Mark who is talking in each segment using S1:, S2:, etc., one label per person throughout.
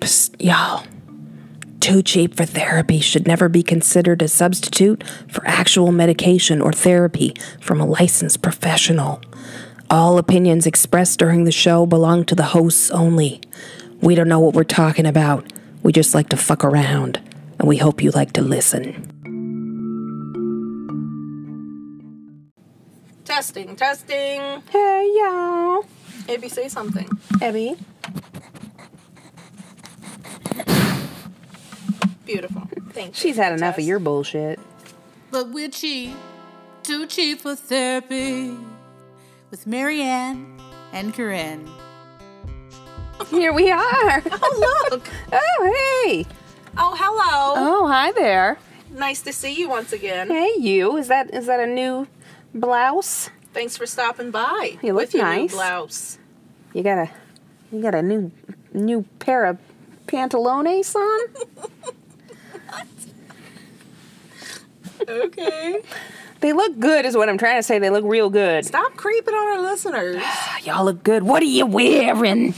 S1: Psst, y'all. Too cheap for therapy should never be considered a substitute for actual medication or therapy from a licensed professional. All opinions expressed during the show belong to the hosts only. We don't know what we're talking about. We just like to fuck around, and we hope you like to listen.
S2: Testing, testing.
S1: Hey, y'all.
S2: Abby, say something.
S1: Abby.
S2: Beautiful. Thank you.
S1: She's had enough of
S2: Test.
S1: your bullshit.
S3: But we're cheap, too cheap for therapy. With Marianne and Corinne.
S1: Here we are.
S2: Oh, look.
S1: Oh, hey.
S2: Oh, hello.
S1: Oh, hi there.
S2: Nice to see you once again.
S1: Hey, you. Is that is that a new blouse?
S2: Thanks for stopping by.
S1: You look
S2: with your new
S1: nice.
S2: blouse.
S1: You got a you got a new new pair of pantalones on?
S2: Okay.
S1: They look good, is what I'm trying to say. They look real good.
S2: Stop creeping on our listeners.
S1: Y'all look good. What are you wearing?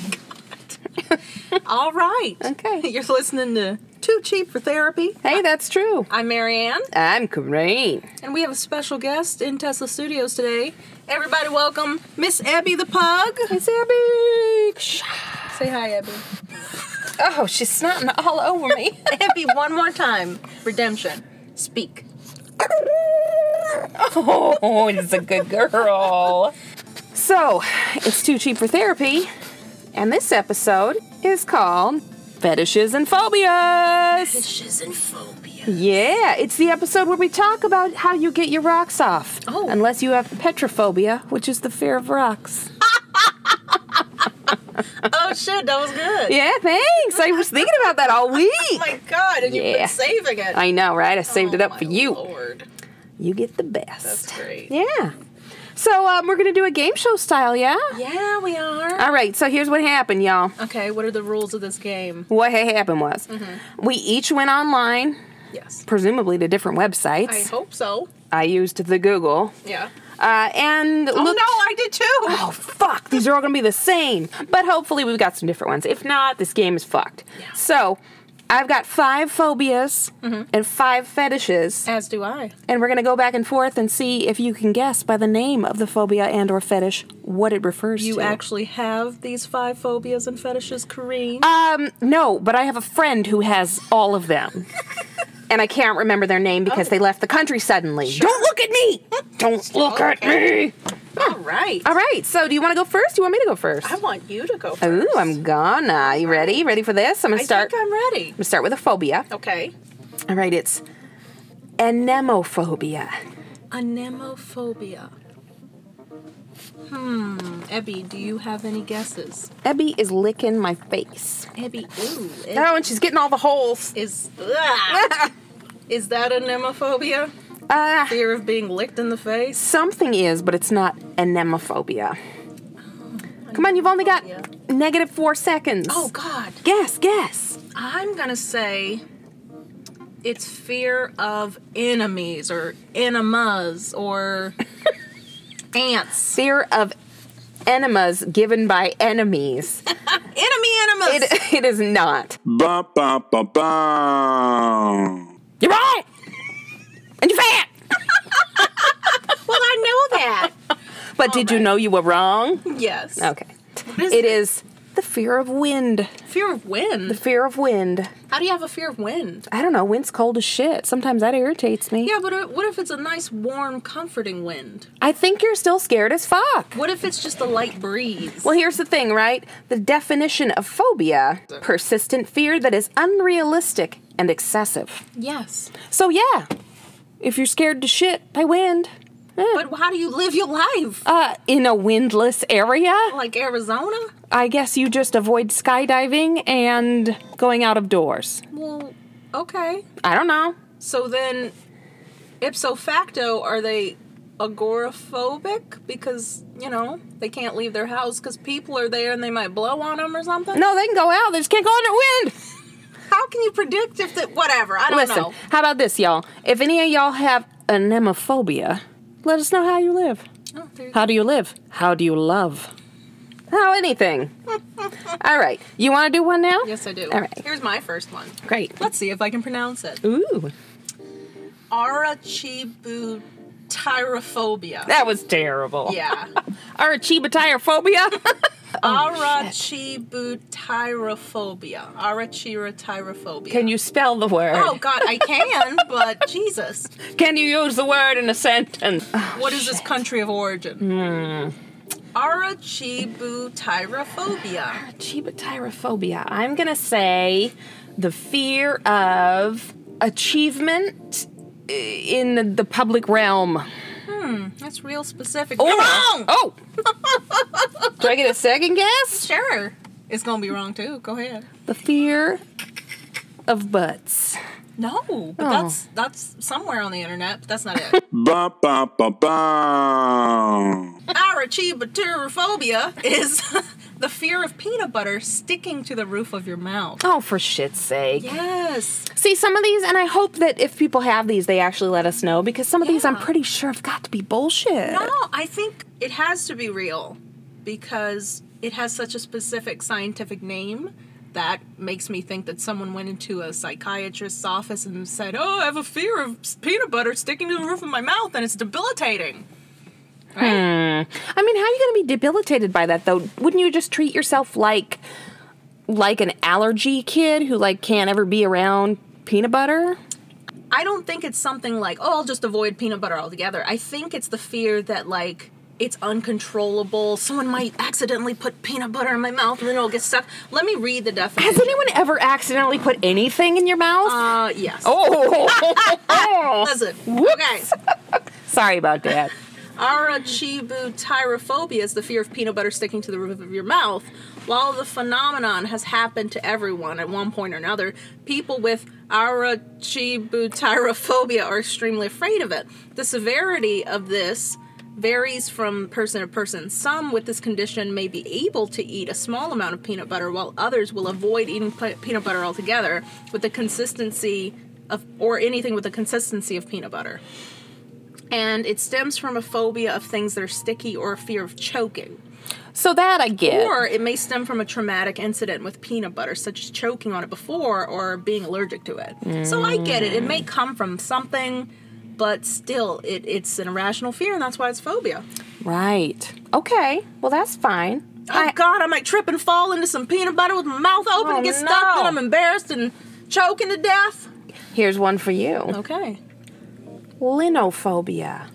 S2: All right.
S1: Okay.
S2: You're listening to Too Cheap for Therapy.
S1: Hey, that's true.
S2: I'm Marianne,
S1: I'm great.
S2: and we have a special guest in Tesla Studios today. Everybody, welcome Miss Abby the Pug.
S1: It's Abby.
S2: Say hi, Abby.
S1: Oh, she's snotting all over me.
S2: Abby, one more time. Redemption. Speak.
S1: oh, it's a good girl. So, it's too cheap for therapy, and this episode is called Fetishes and Phobias.
S2: She's in phobia.
S1: Yeah, it's the episode where we talk about how you get your rocks off.
S2: Oh.
S1: Unless you have petrophobia, which is the fear of rocks.
S2: Oh shit, that was good.
S1: Yeah, thanks. I was thinking about that all
S2: Oh
S1: week.
S2: my god, and you've
S1: Yeah.
S2: been saving it.
S1: I know, right? I saved it
S2: Oh
S1: up for
S2: my
S1: you.
S2: Lord.
S1: You get the best.
S2: That's great.
S1: Yeah. So um, we're gonna do a game show style, yeah?
S2: Yeah, we are.
S1: All right. So here's what happened, y'all.
S2: Okay, what are the rules of this game?
S1: What had happened was
S2: Mm-hmm.
S1: we each went online,
S2: Yes.
S1: presumably to different websites.
S2: I hope so.
S1: I used the Google
S2: Yeah.
S1: uh, and
S2: Oh
S1: looked.
S2: no, I did too.
S1: Oh fuck! These are all gonna be the same, but hopefully we've got some different ones. If not, this game is fucked.
S2: Yeah. Mm-hmm.
S1: So, I've got five phobias and five fetishes,
S2: As do I.
S1: and we're gonna go back and forth and see if you can guess by the name of the phobia and/or fetish what it refers
S2: You
S1: to.
S2: actually have these five phobias and fetishes, Kareem.
S1: Um, no, but I have a friend who has all of them. and I can't remember their name because they left the country suddenly. Don't look at me! Don't look at me!
S2: Hmm. All right.
S1: All right, so do you want to go first? You want me to go first?
S2: I want you to go first.
S1: Ooh, I'm gonna. You ready? Ready for this? I'm gonna
S2: I
S1: start.
S2: think
S1: I'm
S2: I'm ready.
S1: gonna start with a phobia.
S2: Okay.
S1: All right, it's anemophobia.
S2: Anemophobia. Hmm. Ebby, do you have any guesses?
S1: Ebby is licking my face.
S2: Ebby, ooh. Ebby.
S1: Oh, and she's getting all the holes.
S2: Is ah, is that anemophobia?
S1: Uh,
S2: Fear of being licked in the face?
S1: something is, but it's not anemophobia. Come on, you've only got negative four seconds.
S2: Oh God!
S1: Guess, guess.
S2: I'm gonna say it's fear of enemies or enemas or ants.
S1: Fear of enemas given by enemies.
S2: Enemy enemas.
S1: It, it is not.
S4: Bum, bum, bum, bum.
S1: You're wrong! And you're fat!
S2: well, I know that.
S1: But did you know you were wrong?
S2: yes.
S1: Okay.
S2: is it?
S1: It is the fear of wind.
S2: Fear of wind.
S1: Fear of wind.
S2: How do you have a fear of wind?
S1: I don't know, wind's cold as shit. Sometimes that irritates me.
S2: Yeah, but uh, what if it's a nice, warm, comforting wind?
S1: I think you're still scared as fuck.
S2: What if it's just a light breeze?
S1: Well, here's the thing, right? The definition of phobia persistent fear that is unrealistic and excessive.
S2: yes.
S1: So, yeah, if you're scared to shit by wind,
S2: But how do you live your life?
S1: uh, in a windless area,
S2: like Arizona?
S1: I guess you just avoid skydiving and going out of doors.
S2: Well, okay.
S1: I don't know.
S2: So then, ipso facto, are they agoraphobic? Because, you know, they can't leave their house because people are there and they might blow on them or something?
S1: No, Oh, they can go out, they just can't go under wind.
S2: How can you predict if that, whatever? I don't
S1: Listen,
S2: know.
S1: how about this, y'all? If any of y'all have anemophobia, let us know how you live.
S2: Oh,
S1: How do you live? How do you love? How Oh, anything. All right. You want to do one now?
S2: Yes, I do.
S1: All right.
S2: Here's my first one.
S1: Great.
S2: Let's see if I can pronounce it.
S1: Ooh.
S2: Arachibutyrophobia.
S1: That was terrible.
S2: Yeah.
S1: Arachibotirophobia? Oh,
S2: Arachibutyrophobia. Arachirotyrophobia.
S1: Can you spell the word?
S2: Oh God, I can, but Jesus,
S1: Can you use the word in a sentence?
S2: what is this country of origin? Hmm. Arachibutyrophobia.
S1: Achievotyrophobia. I'm going to say the fear of achievement i- in the public realm.
S2: That's real specific.
S1: Or-
S2: You're wrong.
S1: Oh! Do I get a second guess?
S2: Sure, it's gonna be wrong too. Go ahead.
S1: The fear of butts.
S2: No, but
S1: Oh.
S2: that's that's somewhere on the internet. But that's not it.
S4: Bum bum bum bum.
S2: Arachibutyrophobia is the fear of peanut butter sticking to the roof of your mouth.
S1: Oh, for shit's sake.
S2: Yes.
S1: See, some of these, and I hope that if people have these, they actually let us know because some of these I'm
S2: Yeah.
S1: pretty sure have got to be bullshit.
S2: No, Oh, I think it has to be real because it has such a specific scientific name that makes me think that someone went into a psychiatrist's office and said, "Oh, I have a fear of s- peanut butter sticking to the roof of my mouth and it's debilitating." Right?
S1: I mean, how are you going to be debilitated by that though? Wouldn't you just treat yourself like like an allergy kid who like can't ever be around peanut butter?
S2: I don't think it's something like, "Oh, I'll just avoid peanut butter altogether." I think it's the fear that like it's uncontrollable. Someone might accidentally put peanut butter in my mouth and then it'll get stuck. Let me read the definition.
S1: Has anyone ever accidentally put anything in your mouth?
S2: uh, yes.
S1: oh.
S2: Listen.
S1: Whoops.
S2: Okay.
S1: Sorry about that.
S2: Arachibutyrophobia is the fear of peanut butter sticking to the roof of your mouth. While the phenomenon has happened to everyone at one point or another, people with arachibutyrophobia are extremely afraid of it. The severity of this varies from person to person. Some with this condition may be able to eat a small amount of peanut butter, while others will avoid eating pe- peanut butter altogether with the consistency of, or anything with the consistency of peanut butter and it stems from a phobia of things that are sticky or a fear of choking.
S1: So that I get.
S2: Or it may stem from a traumatic incident with peanut butter, such as choking on it before or being allergic to it. So I get it. It may come from something, but still, it, it's an irrational fear, and that's why it's phobia.
S1: right. Okay. Well, that's fine.
S2: Oh, God, I might trip and fall into some peanut butter with my mouth open
S1: Oh,
S2: and get stuck,
S1: no.
S2: and I'm embarrassed and choking to death.
S1: Here's one for you.
S2: Okay.
S1: Linophobia.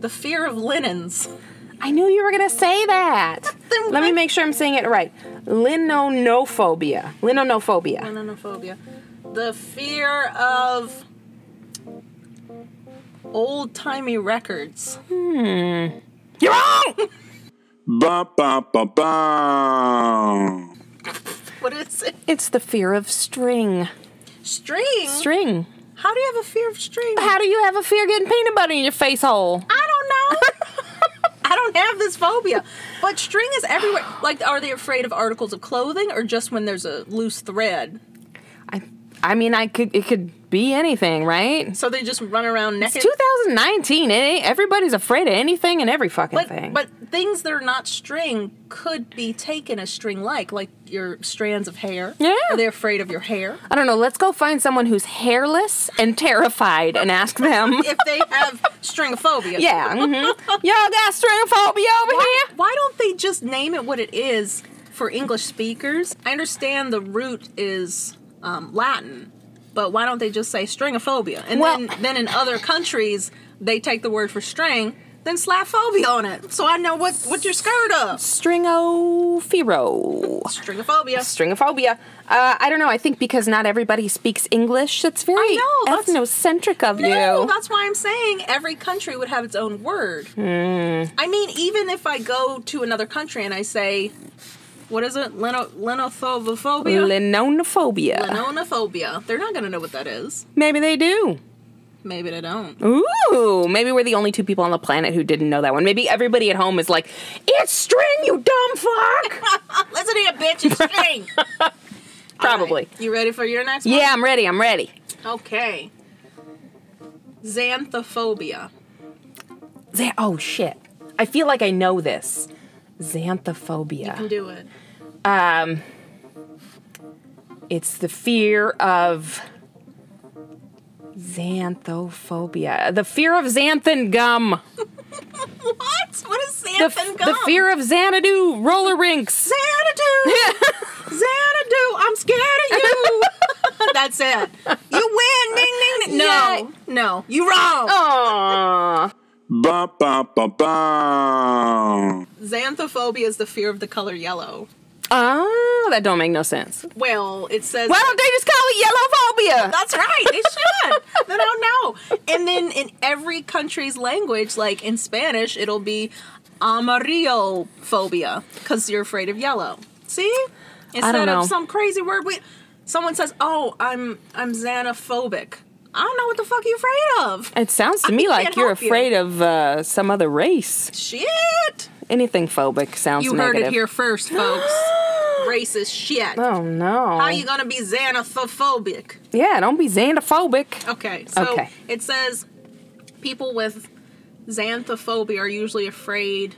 S2: The fear of linens.
S1: I knew you were going to say that.
S2: Then
S1: Let me
S2: why-
S1: make sure I'm saying it right. Linonophobia. Linonophobia.
S2: Linophobia. The fear of old timey records.
S1: You're wrong.
S4: Bum bum bum bum.
S2: What is it?
S1: It's the fear of string.
S2: String?
S1: String.
S2: How do you have a fear of string?
S1: How do you have a fear of getting peanut butter in your face hole?
S2: I don't know. I don't have this phobia. But string is everywhere. Like, are they afraid of articles of clothing or just when there's a loose thread?
S1: I, I mean, I could. It could be anything, right?
S2: So they just run around
S1: It's
S2: naked?
S1: 2019. It ain't, everybody's afraid of anything and every fucking thing.
S2: But, but things that are not string could be taken as string like, like your strands of hair.
S1: Yeah.
S2: Are they afraid of your hair?
S1: I don't know. Let's go find someone who's hairless and terrified and ask them.
S2: if they have stringophobia.
S1: yeah. Mm-hmm. Y'all got stringophobia over here.
S2: Why don't they just name it what it is for English speakers? I understand the root is um, Latin, but why don't they just say stringophobia? And
S1: Well-
S2: then, then in other countries, they take the word for string, then slap phobia on it. So I know what, what you're scared of.
S1: Stringophero.
S2: Stringophobia.
S1: Stringophobia. Uh, I don't know. I think because not everybody speaks English, it's very
S2: I know, that's-
S1: ethnocentric of you.
S2: No, that's why I'm saying every country would have its own word.
S1: Hmm.
S2: I mean, even if I go to another country and I say, what is it? Leno- Lenothobophobia?
S1: Linonophobia.
S2: Lenonophobia. They're not gonna know what that is.
S1: Maybe they do.
S2: Maybe they don't.
S1: Ooh, maybe we're the only two people on the planet who didn't know that one. Maybe everybody at home is like, "It's string, you dumb fuck."
S2: Listen to your bitch and string.
S1: Probably.
S2: You ready for your next
S1: Yeah, I'm ready. I'm ready.
S2: one? Okay. Xanthophobia.
S1: Xan- oh shit. I feel like I know this. Xanthophobia.
S2: Do it.
S1: Um, it's the fear of xanthophobia. The fear of xanthan gum.
S2: What? What is
S1: The,
S2: xanthan
S1: f-
S2: gum?
S1: the fear of Xanadu roller rinks.
S2: Xanadu. Xanadu. I'm scared of you. That's it. You win. Ning ning. ning. No.
S1: Yay.
S2: No. Oh. You wrong.
S1: Aww.
S4: ba ba ba ba
S2: Xanthophobia is the fear of the color yellow.
S1: Oh, that don't make no sense.
S2: Well, it says.
S1: Why don't they just call it yellow phobia?
S2: That's right. They should. they don't know. And then in every country's language, like in Spanish, it'll be amarillo phobia because you're afraid of yellow. See, instead
S1: know.
S2: of some crazy word, we someone says, "Oh, I'm I'm xanophobic." I don't know what the fuck you afraid of.
S1: It sounds to
S2: I
S1: me like
S2: can't
S1: you're
S2: help you.
S1: afraid of uh, some other race.
S2: Shit!
S1: Anything phobic sounds
S2: You heard
S1: negative.
S2: it here first, folks. Racist shit.
S1: Oh no.
S2: How you gonna be xanophobic?
S1: yeah, don't be xanophobic.
S2: Okay. So
S1: Okay.
S2: it says people with xanthophobia are usually afraid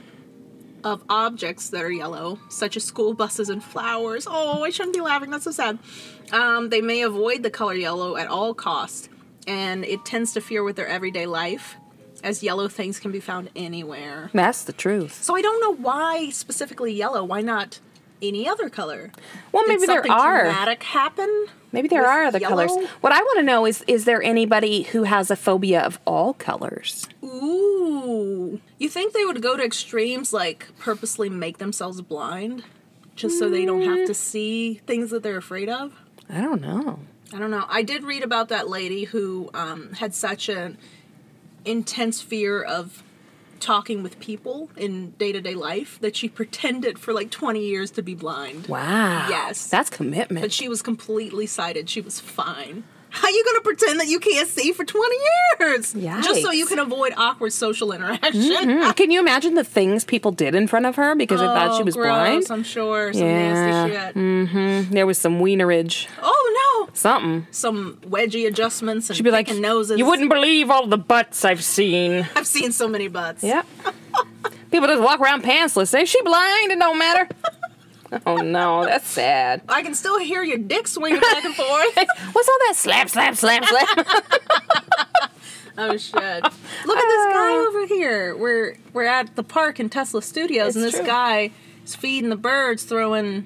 S2: of objects that are yellow, such as school buses and flowers. Oh, I shouldn't be laughing. That's so sad. Um, they may avoid the color yellow at all costs, and it tends to fear with their everyday life, as yellow things can be found anywhere.
S1: That's the truth.
S2: So I don't know why specifically yellow. Why not any other color?
S1: Well,
S2: Did
S1: maybe there
S2: something
S1: are.
S2: traumatic happen?
S1: Maybe there
S2: with
S1: are other
S2: yellow?
S1: colors. What I want to know is is there anybody who has a phobia of all colors?
S2: Ooh. You think they would go to extremes like purposely make themselves blind just so they don't
S1: Mm.
S2: have to see things that they're afraid of?
S1: I don't know.
S2: I don't know. I did read about that lady who um, had such an intense fear of talking with people in day to day life that she pretended for like 20 years to be blind.
S1: Wow.
S2: Yes.
S1: That's commitment.
S2: But she was completely sighted. She was fine. How you gonna pretend that you can't see for 20 years? Just so
S1: Yikes.
S2: you can avoid awkward social interaction.
S1: Mm, Can you imagine the things people did in front of her because they thought she was
S2: Oh, gross,
S1: blind?
S2: I'm sure. Some
S1: Yeah. Mm.
S2: nasty shit.
S1: There was some wienerage,
S2: Oh no!
S1: something.
S2: Some wedgie adjustments and
S1: She'd be like,
S2: picking noses.
S1: "You wouldn't believe all the butts I've seen."
S2: I've seen so many butts.
S1: Yep. People just walk around pantsless. Say she blind. It don't matter. Oh no, that's sad.
S2: I can still hear your dick swinging back and forth.
S1: What's all that slap, slap, slap, slap?
S2: oh shit! Look at this guy
S1: Uh.
S2: over here. We're we're at the park in Tesla Studios, and
S1: It's
S2: this
S1: true.
S2: guy is feeding the birds, throwing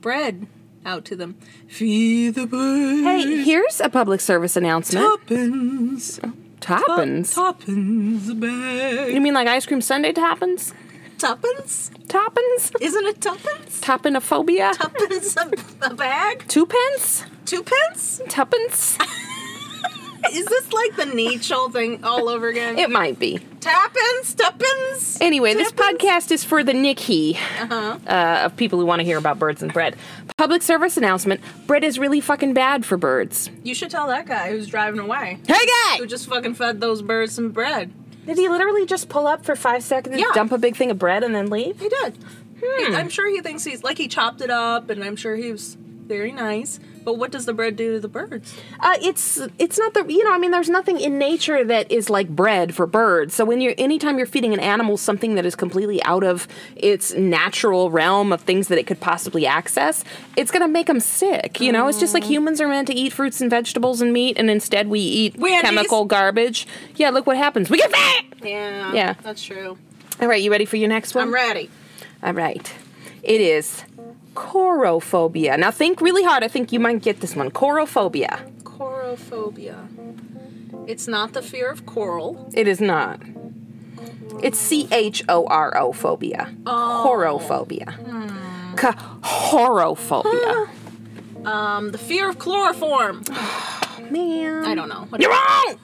S2: bread out to them. Feed the birds.
S1: hey, here's a public service announcement.
S2: Toppins.
S1: Toppins.
S2: Toppins bag.
S1: you mean like ice cream sundae toppins?
S2: Tuppence?
S1: Toppins?
S2: Isn't it tuppence?
S1: Toppinophobia?
S2: Tuppence a, a bag?
S1: Two pence?
S2: Two pence?
S1: Tuppence?
S2: Is this like the Nietzsche thing all over again?
S1: It might be.
S2: Tappins, tuppins.
S1: Anyway, this podcast is for the Nicky uh, of people who want to hear about birds and bread. Public service announcement: bread is really fucking bad for birds.
S2: You should tell that guy who's driving away.
S1: Hey, guy!
S2: Who just fucking fed those birds some bread.
S1: Did he literally just pull up for five seconds,
S2: Yeah.
S1: dump a big thing of bread, and then leave?
S2: He did. He- I'm sure he thinks he's like he chopped it up, and I'm sure he was very nice. But what does the bread do to the birds?
S1: Uh, it's it's not the you know I mean there's nothing in nature that is like bread for birds. So when you're anytime you're feeding an animal something that is completely out of its natural realm of things that it could possibly access, it's gonna make them sick. You know, it's just like humans are meant to eat fruits and vegetables and meat, and instead we eat
S2: Wendy's.
S1: chemical garbage. Yeah, look what happens. We get fat.
S2: Yeah.
S1: Yeah.
S2: That's true.
S1: All right, you ready for your next one?
S2: I'm ready.
S1: All right. It is chorophobia. Now think really hard. I think you might get this one. Chorophobia.
S2: Chorophobia. It's not the fear of coral.
S1: It is not. It's C H O R O phobia. Chorophobia.
S2: Oh.
S1: Chorophobia.
S2: Ah, Um, the fear of chloroform.
S1: Man.
S2: I don't know. What
S1: You're wrong!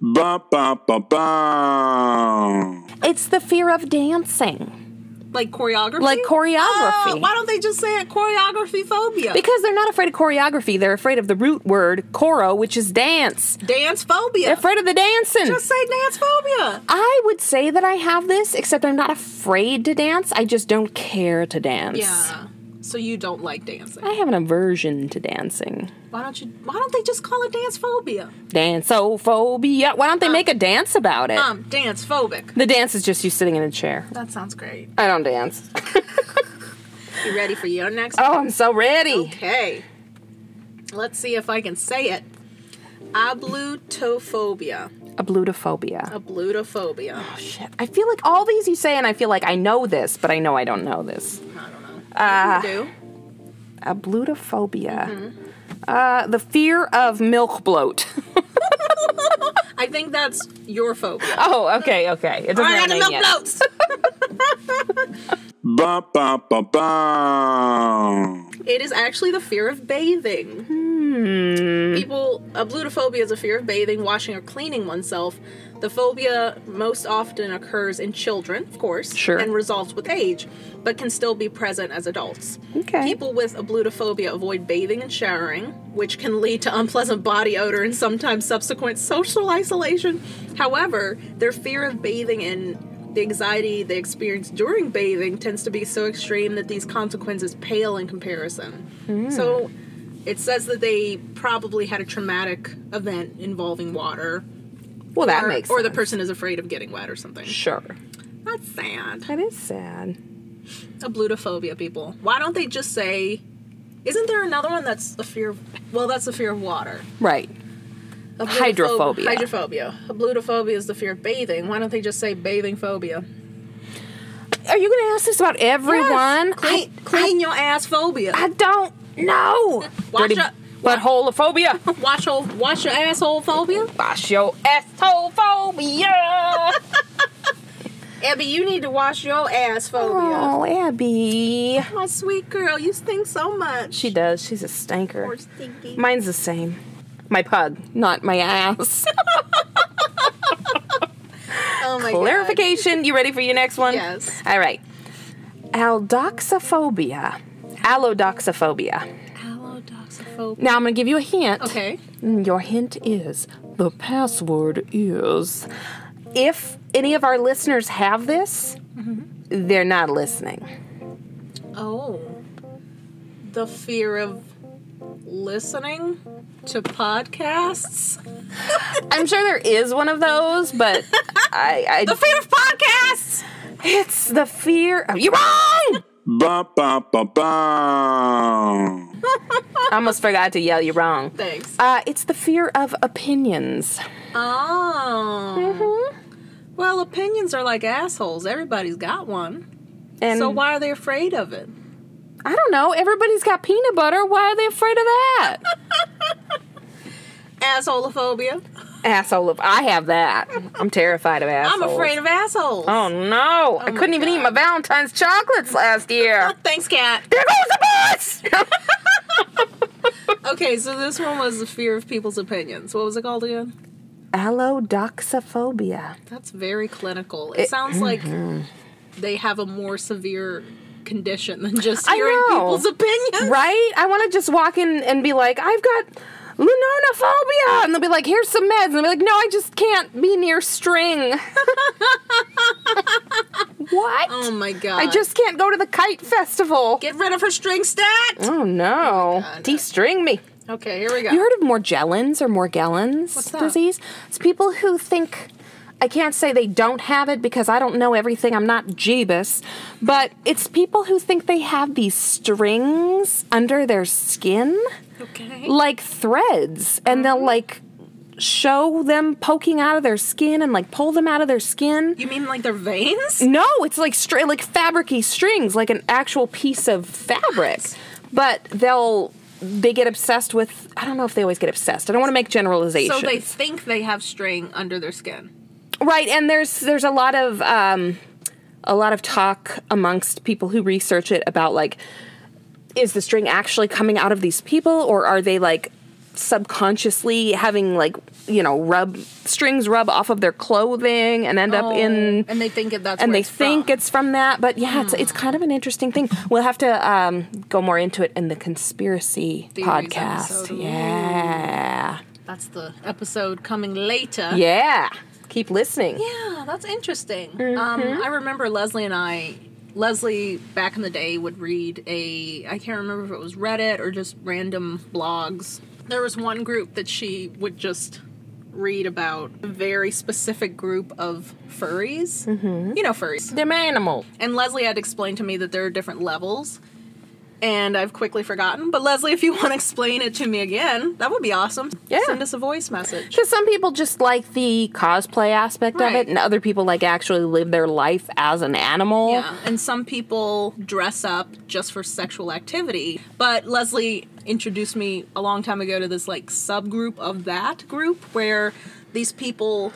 S4: ba ba ba ba
S1: it's the fear of dancing,
S2: like choreography.
S1: like choreography.
S2: Oh, why don't they just say it? Choreography phobia.
S1: because they're not afraid of choreography, they're afraid of the root word choro, which is dance.
S2: dance phobia.
S1: They're afraid of the dancing.
S2: just say dance phobia.
S1: I would say that I have this, except I'm not afraid to dance. I just don't care to dance.
S2: Yeah. So you don't like dancing.
S1: I have an aversion to dancing.
S2: Why don't you? Why don't they just call it dance phobia?
S1: Danceophobia. Why don't they make a dance about it?
S2: Um, dance phobic.
S1: The dance is just you sitting in a chair.
S2: That sounds great.
S1: I don't dance.
S2: You ready for your next?
S1: Oh, I'm so ready.
S2: Okay. Let's see if I can say it. Ablutophobia.
S1: Ablutophobia.
S2: Ablutophobia.
S1: Oh, shit. I feel like all these you say, and I feel like I know this, but I know I don't know this.
S2: I don't know.
S1: Ah.
S2: Uh, do.
S1: Ablutophobia. Uh, the fear of milk bloat.
S2: I think that's your phobia.
S1: oh, okay, okay. It doesn't
S2: I got the
S1: have a
S2: milk
S1: name yet.
S2: notes.
S4: ba ba ba ba
S2: It is actually the fear of bathing.
S1: Mm-hmm.
S2: People, ablutophobia is a fear of bathing, washing, or cleaning oneself. The phobia most often occurs in children, of course,
S1: Sure.
S2: and resolves with age, but can still be present as adults.
S1: Okay.
S2: People with ablutophobia avoid bathing and showering, which can lead to unpleasant body odor and sometimes subsequent social isolation. However, their fear of bathing and the anxiety they experience during bathing tends to be so extreme that these consequences pale in comparison.
S1: Hmm.
S2: So it says that they probably had a traumatic event involving water.
S1: Well, that
S2: or,
S1: makes
S2: or the
S1: sense.
S2: person is afraid of getting wet or something.
S1: Sure.
S2: That's sad.
S1: That is sad.
S2: Ablutophobia, people. Why don't they just say? Isn't there another one that's a fear? Of, well, that's the fear of water.
S1: Right.
S2: Ablutophob-
S1: Hydrophobia.
S2: Hydrophobia. Ablutophobia is the fear of bathing. Why don't they just say bathing phobia?
S1: Are you going to ask this about everyone?
S2: Clean, clean your ass phobia.
S1: I, I don't know.
S2: Watch
S1: Dirty
S2: up.
S1: Butthole-ophobia.
S2: Wash your wash your asshole phobia.
S1: Wash your asshole-phobia.
S2: Abby, you need to wash your ass phobia.
S1: oh, Abby.
S2: My sweet girl, you stink so much.
S1: She does. She's a stinker.
S2: Or stinky.
S1: Mine's the same. My pug, not my ass.
S2: oh my God.
S1: Clarification. You ready for your next one?
S2: Yes.
S1: All right. Aldoxophobia. Allodoxophobia.
S2: Allodoxophobia.
S1: Now I'm going to give you a hint.
S2: Okay.
S1: And Your hint is the password is. If any of our listeners have this,
S2: Mm-hmm.
S1: they're not listening.
S2: Oh. The fear of listening to podcasts?
S1: I'm sure there is one of those, but I, I the
S2: Fear of podcasts!
S1: it's the fear. Of, you're wrong.
S4: ba ba ba ba
S1: I almost forgot to yell. You're wrong.
S2: Thanks.
S1: Uh, it's the fear of opinions.
S2: Oh. Well, opinions are like assholes. Everybody's got one.
S1: And
S2: so why are they afraid of it?
S1: I don't know. Everybody's got peanut butter. Why are they afraid of that?
S2: Assholeophobia.
S1: Asshole. If I have that, I'm terrified of assholes.
S2: I'm afraid of assholes.
S1: Oh no! I couldn't even eat my Valentine's chocolates last year.
S2: Thanks, Kat.
S1: there goes the bus.
S2: Okay, so this one was the fear of people's opinions. What was it called again?
S1: Allodoxophobia.
S2: That's very clinical. It, sounds like
S1: Mm-hmm.
S2: they have a more severe condition than just
S1: I
S2: hearing
S1: know.
S2: people's opinions.
S1: Right? I want to just walk in and be like, I've got lunonophobia, and they'll be like, here's some meds, and I'll be like, no, I just can't be near string. what?
S2: Oh my god.
S1: I just can't go to the kite festival.
S2: get rid of her string stat.
S1: Oh no.
S2: God.
S1: De-string me.
S2: Okay, here we go.
S1: You heard of Morgellons or Morgellons
S2: that?
S1: disease? It's people who think I can't say they don't have it because I don't know everything. I'm not Jeebus, but it's people who think they have these strings under their skin,
S2: okay. Mm-hmm.
S1: like threads, and they'll like show them poking out of their skin and like pull them out of their skin.
S2: You mean like their veins?
S1: No, it's like straight like fabricy strings, like an actual piece of fabric. But they'll they get obsessed with I don't know if they always get obsessed. I don't want to make generalizations.
S2: So they think they have string under their skin.
S1: right, and there's there's a lot of um a lot of talk amongst people who research it about like is the string actually coming out of these people or are they like subconsciously having like you know rub strings rub off of their clothing and end up in
S2: and they think it- that's
S1: and
S2: where
S1: they
S2: it's
S1: think
S2: from.
S1: it's from that. But yeah, it's it's kind of an interesting thing. We'll have to um, go more into it in the conspiracy
S2: Theories
S1: podcast.
S2: episode. Ooh.
S1: Yeah,
S2: that's the episode coming later.
S1: yeah. Keep listening.
S2: Yeah, that's interesting. Um, I remember Leslie and I Leslie back in the day would read a I can't remember if it was Reddit or just random blogs. There was one group that she would just read about a very specific group of furries. You know furries.
S1: They're animal.
S2: And Leslie had explained to me that there are different levels. And I've quickly forgotten. But Leslie, if you want to explain it to me again, that would be awesome.
S1: Yeah.
S2: Send us a voice message.
S1: Because some people just like the cosplay aspect of
S2: Right.
S1: it, and other people like actually live their life as an animal.
S2: Yeah. And some people dress up just for sexual activity. But Leslie introduced me a long time ago to this like subgroup of that group where these people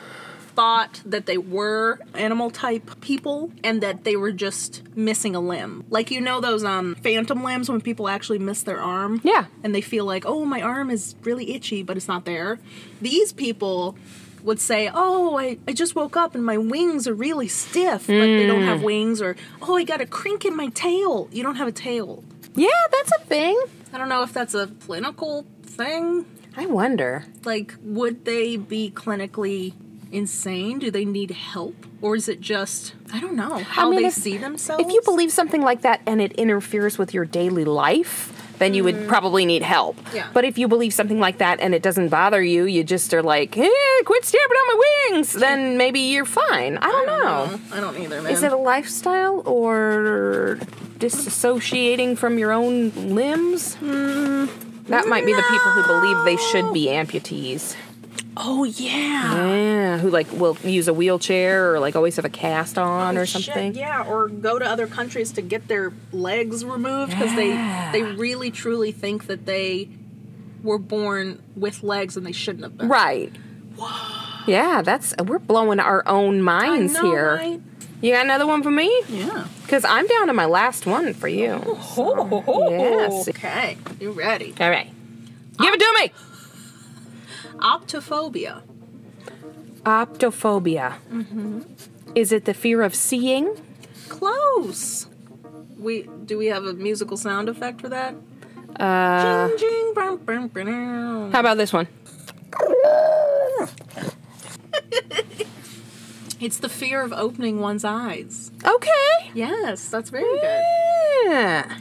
S2: thought that they were animal type people and that they were just missing a limb. Like you know those um phantom limbs when people actually miss their arm?
S1: Yeah.
S2: and they feel like, oh, my arm is really itchy, but it's not there. These people would say, oh, I, I just woke up and my wings are really stiff, but they don't have wings, or oh, I got a crink in my tail. You don't have a tail.
S1: Yeah, that's a thing.
S2: I don't know if that's a clinical thing.
S1: I wonder.
S2: Like, would they be clinically insane? Do they need help? Or is it just, I don't know, how
S1: mean,
S2: they
S1: if-
S2: see themselves?
S1: If you believe something like that and it interferes with your daily life, then you would probably need help.
S2: Yeah.
S1: But if you believe something like that and it doesn't bother you, you just are like, eh, quit stamping on my wings, then maybe you're fine. I don't know.
S2: I don't either, man.
S1: Is it a lifestyle or disassociating from your own limbs? Hmm. that might be the people who believe they should be amputees.
S2: oh, yeah.
S1: Yeah, who like will use a wheelchair or like always have a cast on or
S2: Shit,
S1: something.
S2: yeah, or go to other countries to get their legs removed because
S1: Yeah.
S2: they they really truly think that they were born with legs and they shouldn't have been.
S1: Right. Yeah, that's we're blowing our own
S2: I
S1: minds
S2: know,
S1: here.
S2: right?
S1: You got another one for me?
S2: Yeah. Oh,
S1: Cuz I'm down to my last one for you.
S2: Ho, ho, ho.
S1: Yes.
S2: Okay, you ready?
S1: All right. Give it to me.
S2: Optophobia.
S1: Optophobia. Mm-hmm. Is it the fear of seeing?
S2: Close. We do we have a musical sound effect for that? Uh, jing, jing, brum, brum, brum.
S1: How about this one?
S2: It's the fear of opening one's eyes.
S1: Okay.
S2: Yes, that's very good.
S1: Yeah.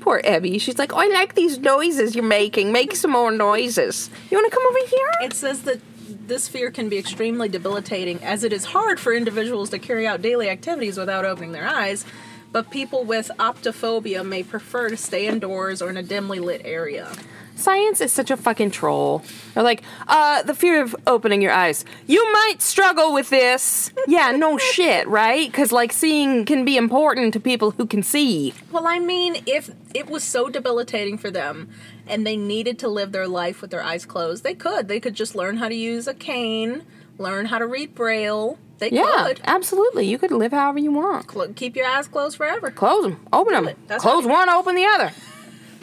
S1: Poor Abby. She's like, "Oh, I like these noises you're making. Make some more noises. You want to come over here?
S2: It says that this fear can be extremely debilitating as it is hard for individuals to carry out daily activities without opening their eyes, but people with optophobia may prefer to stay indoors or in a dimly lit area.
S1: Science is such a fucking troll. They're like, uh, the fear of opening your eyes. You might struggle with this. yeah, no shit, right? Because, like, seeing can be important to people who can see.
S2: Well, I mean, if it was so debilitating for them and they needed to live their life with their eyes closed, they could. They could just learn how to use a cane, learn how to read braille. They
S1: Yeah,
S2: could.
S1: absolutely. You could live however you want.
S2: Cl- keep your eyes closed forever.
S1: Close them, open them.
S2: it. That's
S1: Close one, open the other.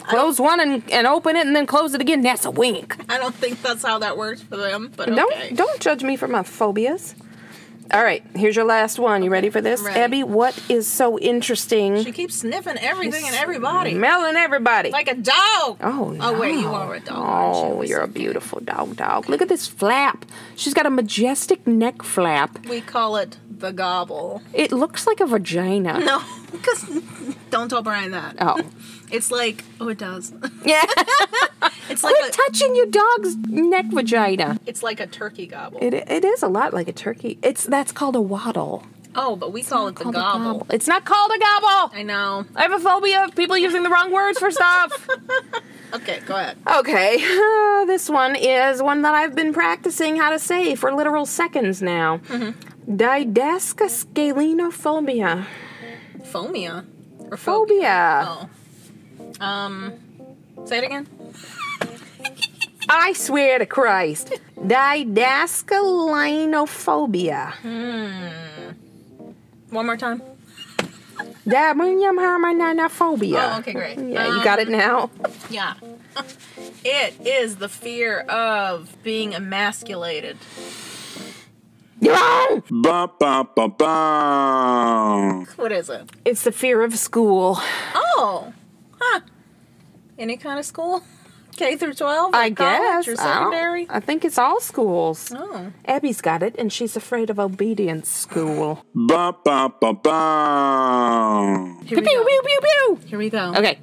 S1: Close one and, and open it and then close it again. That's a wink.
S2: I don't think that's how that works for them, but okay.
S1: Don't don't judge me for my phobias. All right, here's your last one. You ready for this,
S2: I'm ready.
S1: Abby? What is so interesting?
S2: She keeps sniffing everything and everybody.
S1: Smelling everybody.
S2: Like a dog.
S1: oh no!
S2: Oh, wait, you are a dog. aren't
S1: Oh,
S2: you?
S1: you're a beautiful dog, dog. Look at this flap. She's got a majestic neck flap.
S2: We call it the gobble.
S1: It looks like a vagina.
S2: No, because don't tell Brian that.
S1: Oh,
S2: It's like, oh, it does.
S1: yeah!
S2: It's like
S1: Quit
S2: a,
S1: touching your dog's neck vagina.
S2: it's like a turkey gobble.
S1: It it is a lot like a turkey. It's that's called a waddle.
S2: oh, but we call it the
S1: Called a
S2: gobble.
S1: gobble. It's not called a gobble.
S2: I know.
S1: I have a phobia of people using the wrong words for stuff.
S2: Okay, go ahead.
S1: Okay, uh, this one is one that I've been practicing how to say for literal seconds now.
S2: Mm-hmm.
S1: Didascalenophobia.
S2: Phobia. Or phobia.
S1: Phobia.
S2: Oh. Um, say it again.
S1: I swear to Christ. Didascalenophobia.
S2: One more time.
S1: Dabunyamarmananaphobia.
S2: Oh, okay, great. Um,
S1: Yeah, you got it now?
S2: Yeah. It is the fear of being emasculated.
S1: You're wrong!
S4: ba ba ba ba
S2: What is it?
S1: It's the fear of school.
S2: Oh, huh. Any kind of school? K through 12?
S1: I
S2: or college
S1: guess.
S2: Or
S1: I, don't-
S2: secondary?
S1: I think it's all schools.
S2: Oh.
S1: Abby's got it, and she's afraid of obedience school.
S4: Bum bum bum bum.
S2: Here we go.
S1: pew, pew.
S2: Here we go.
S1: Okay.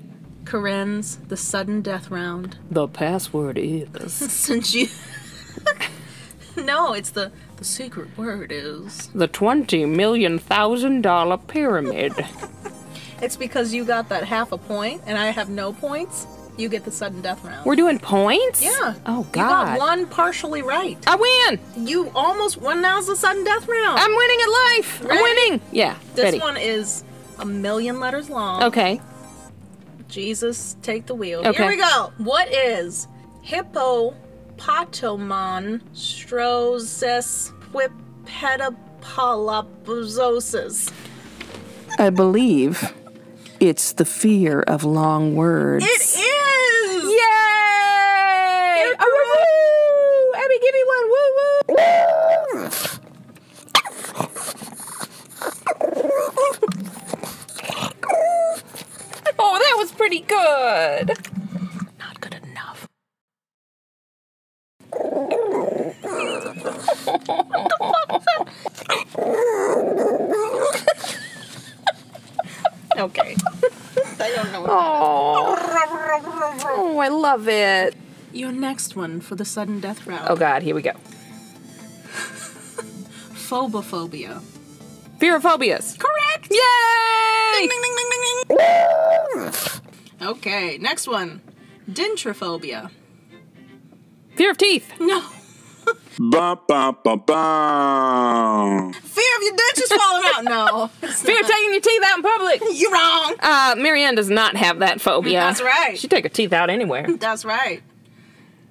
S2: Corinne's The Sudden Death Round.
S1: The password is
S2: Since you. no, it's the. The secret word is.
S1: the twenty million thousand dollar pyramid.
S2: It's because you got that half a point and I have no points. You get the sudden death round.
S1: We're doing points.
S2: yeah.
S1: Oh
S2: You
S1: God.
S2: got one partially right.
S1: I win.
S2: You almost won. Now's the sudden death round.
S1: I'm winning at life. I'm
S2: Ready?
S1: winning. Yeah.
S2: this
S1: ready.
S2: one is a million letters long.
S1: Okay.
S2: Jesus, take the wheel.
S1: Okay.
S2: Here we go. What is hippopotamon strosis whippetapalapzosis?
S1: I believe it's the fear of long words.
S2: It is.
S1: Yay! A woo! Abby, give me one. Woo woo. oh, that was pretty good.
S2: Not good enough. okay.
S1: Oh. oh, I love it.
S2: Your next one for the sudden death round.
S1: Oh God, here we go.
S2: Phobophobia.
S1: Fear of phobias.
S2: Correct.
S1: Yay!
S2: Okay, next one. Dentrophobia.
S1: Fear of teeth.
S2: No.
S4: Bum bum bum bum.
S2: Fear of your dentures falling out. No.
S1: Fear of taking your teeth out in public.
S2: You're wrong.
S1: Uh, Marianne does not have that phobia.
S2: That's right.
S1: She'd take her teeth out anywhere.
S2: That's right.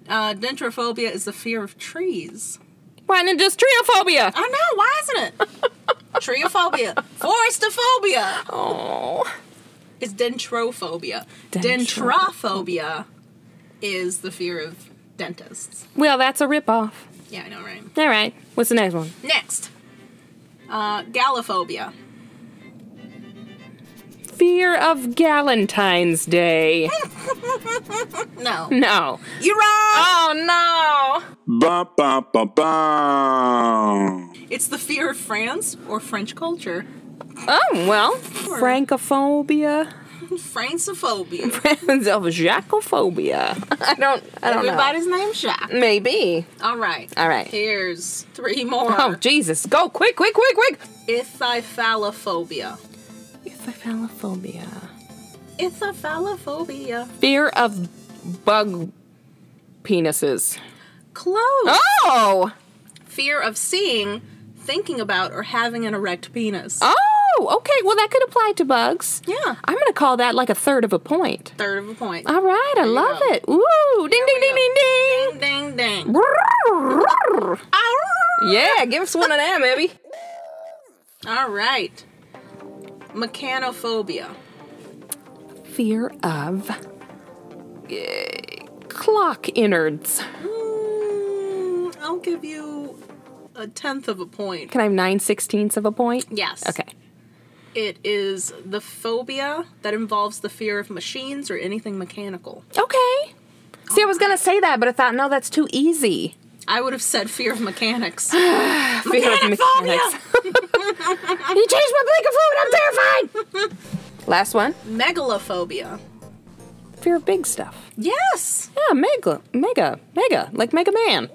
S2: Uh, dentrophobia is the fear of trees.
S1: Why not just triophobia?
S2: I know. Why isn't it? Treophobia. Forestophobia.
S1: Oh.
S2: It's dentrophobia.
S1: Dentro-
S2: Dentrophobia is the fear of dentists.
S1: Well, that's a ripoff.
S2: Yeah, I know, right?
S1: All right. What's the next one?
S2: Next. Uh, gallophobia.
S1: Fear of Galentine's Day.
S2: No.
S1: No.
S2: You're wrong.
S1: Oh no.
S4: Bum bum bum bum.
S2: It's the fear of France or French culture.
S1: Oh well. Francophobia.
S2: Francophobia.
S1: Friends of Jacophobia. I don't. I don't
S2: Everybody's name Jacques.
S1: know. Maybe.
S2: All right.
S1: All right.
S2: Here's three more.
S1: Oh Jesus! Go quick, quick, quick, quick.
S2: Ithyphalophobia.
S1: Ithyphalophobia.
S2: Ithyphalophobia.
S1: Fear of bug penises.
S2: Close.
S1: Oh!
S2: Fear of seeing, thinking about, or having an erect penis.
S1: Oh! Okay, well, that could apply to bugs.
S2: Yeah.
S1: I'm gonna call that like a third of a point.
S2: Third of a point.
S1: All right, I love
S2: go.
S1: it. Ooh! Ding, ding, ding, ding, ding!
S2: Ding, ding.
S1: Brrrr.
S2: Ow.
S1: Yeah, give us one of them, Abby.
S2: All right. Mechanophobia.
S1: Fear of eh, clock innards.
S2: Mm, I'll give you a tenth of a point.
S1: Can I have nine sixteenths of a point?
S2: Yes.
S1: Okay.
S2: It is the phobia that involves the fear of machines or anything mechanical.
S1: Okay. See, I was gonna say that, but I thought, no, that's too easy.
S2: I would have said fear of mechanics.
S1: Fear of mechanics. He changed my blinker fluid. I'm terrified. Last one.
S2: Megalophobia.
S1: Fear of big stuff.
S2: Yes!
S1: Yeah, mega, mega, mega, like Mega Man.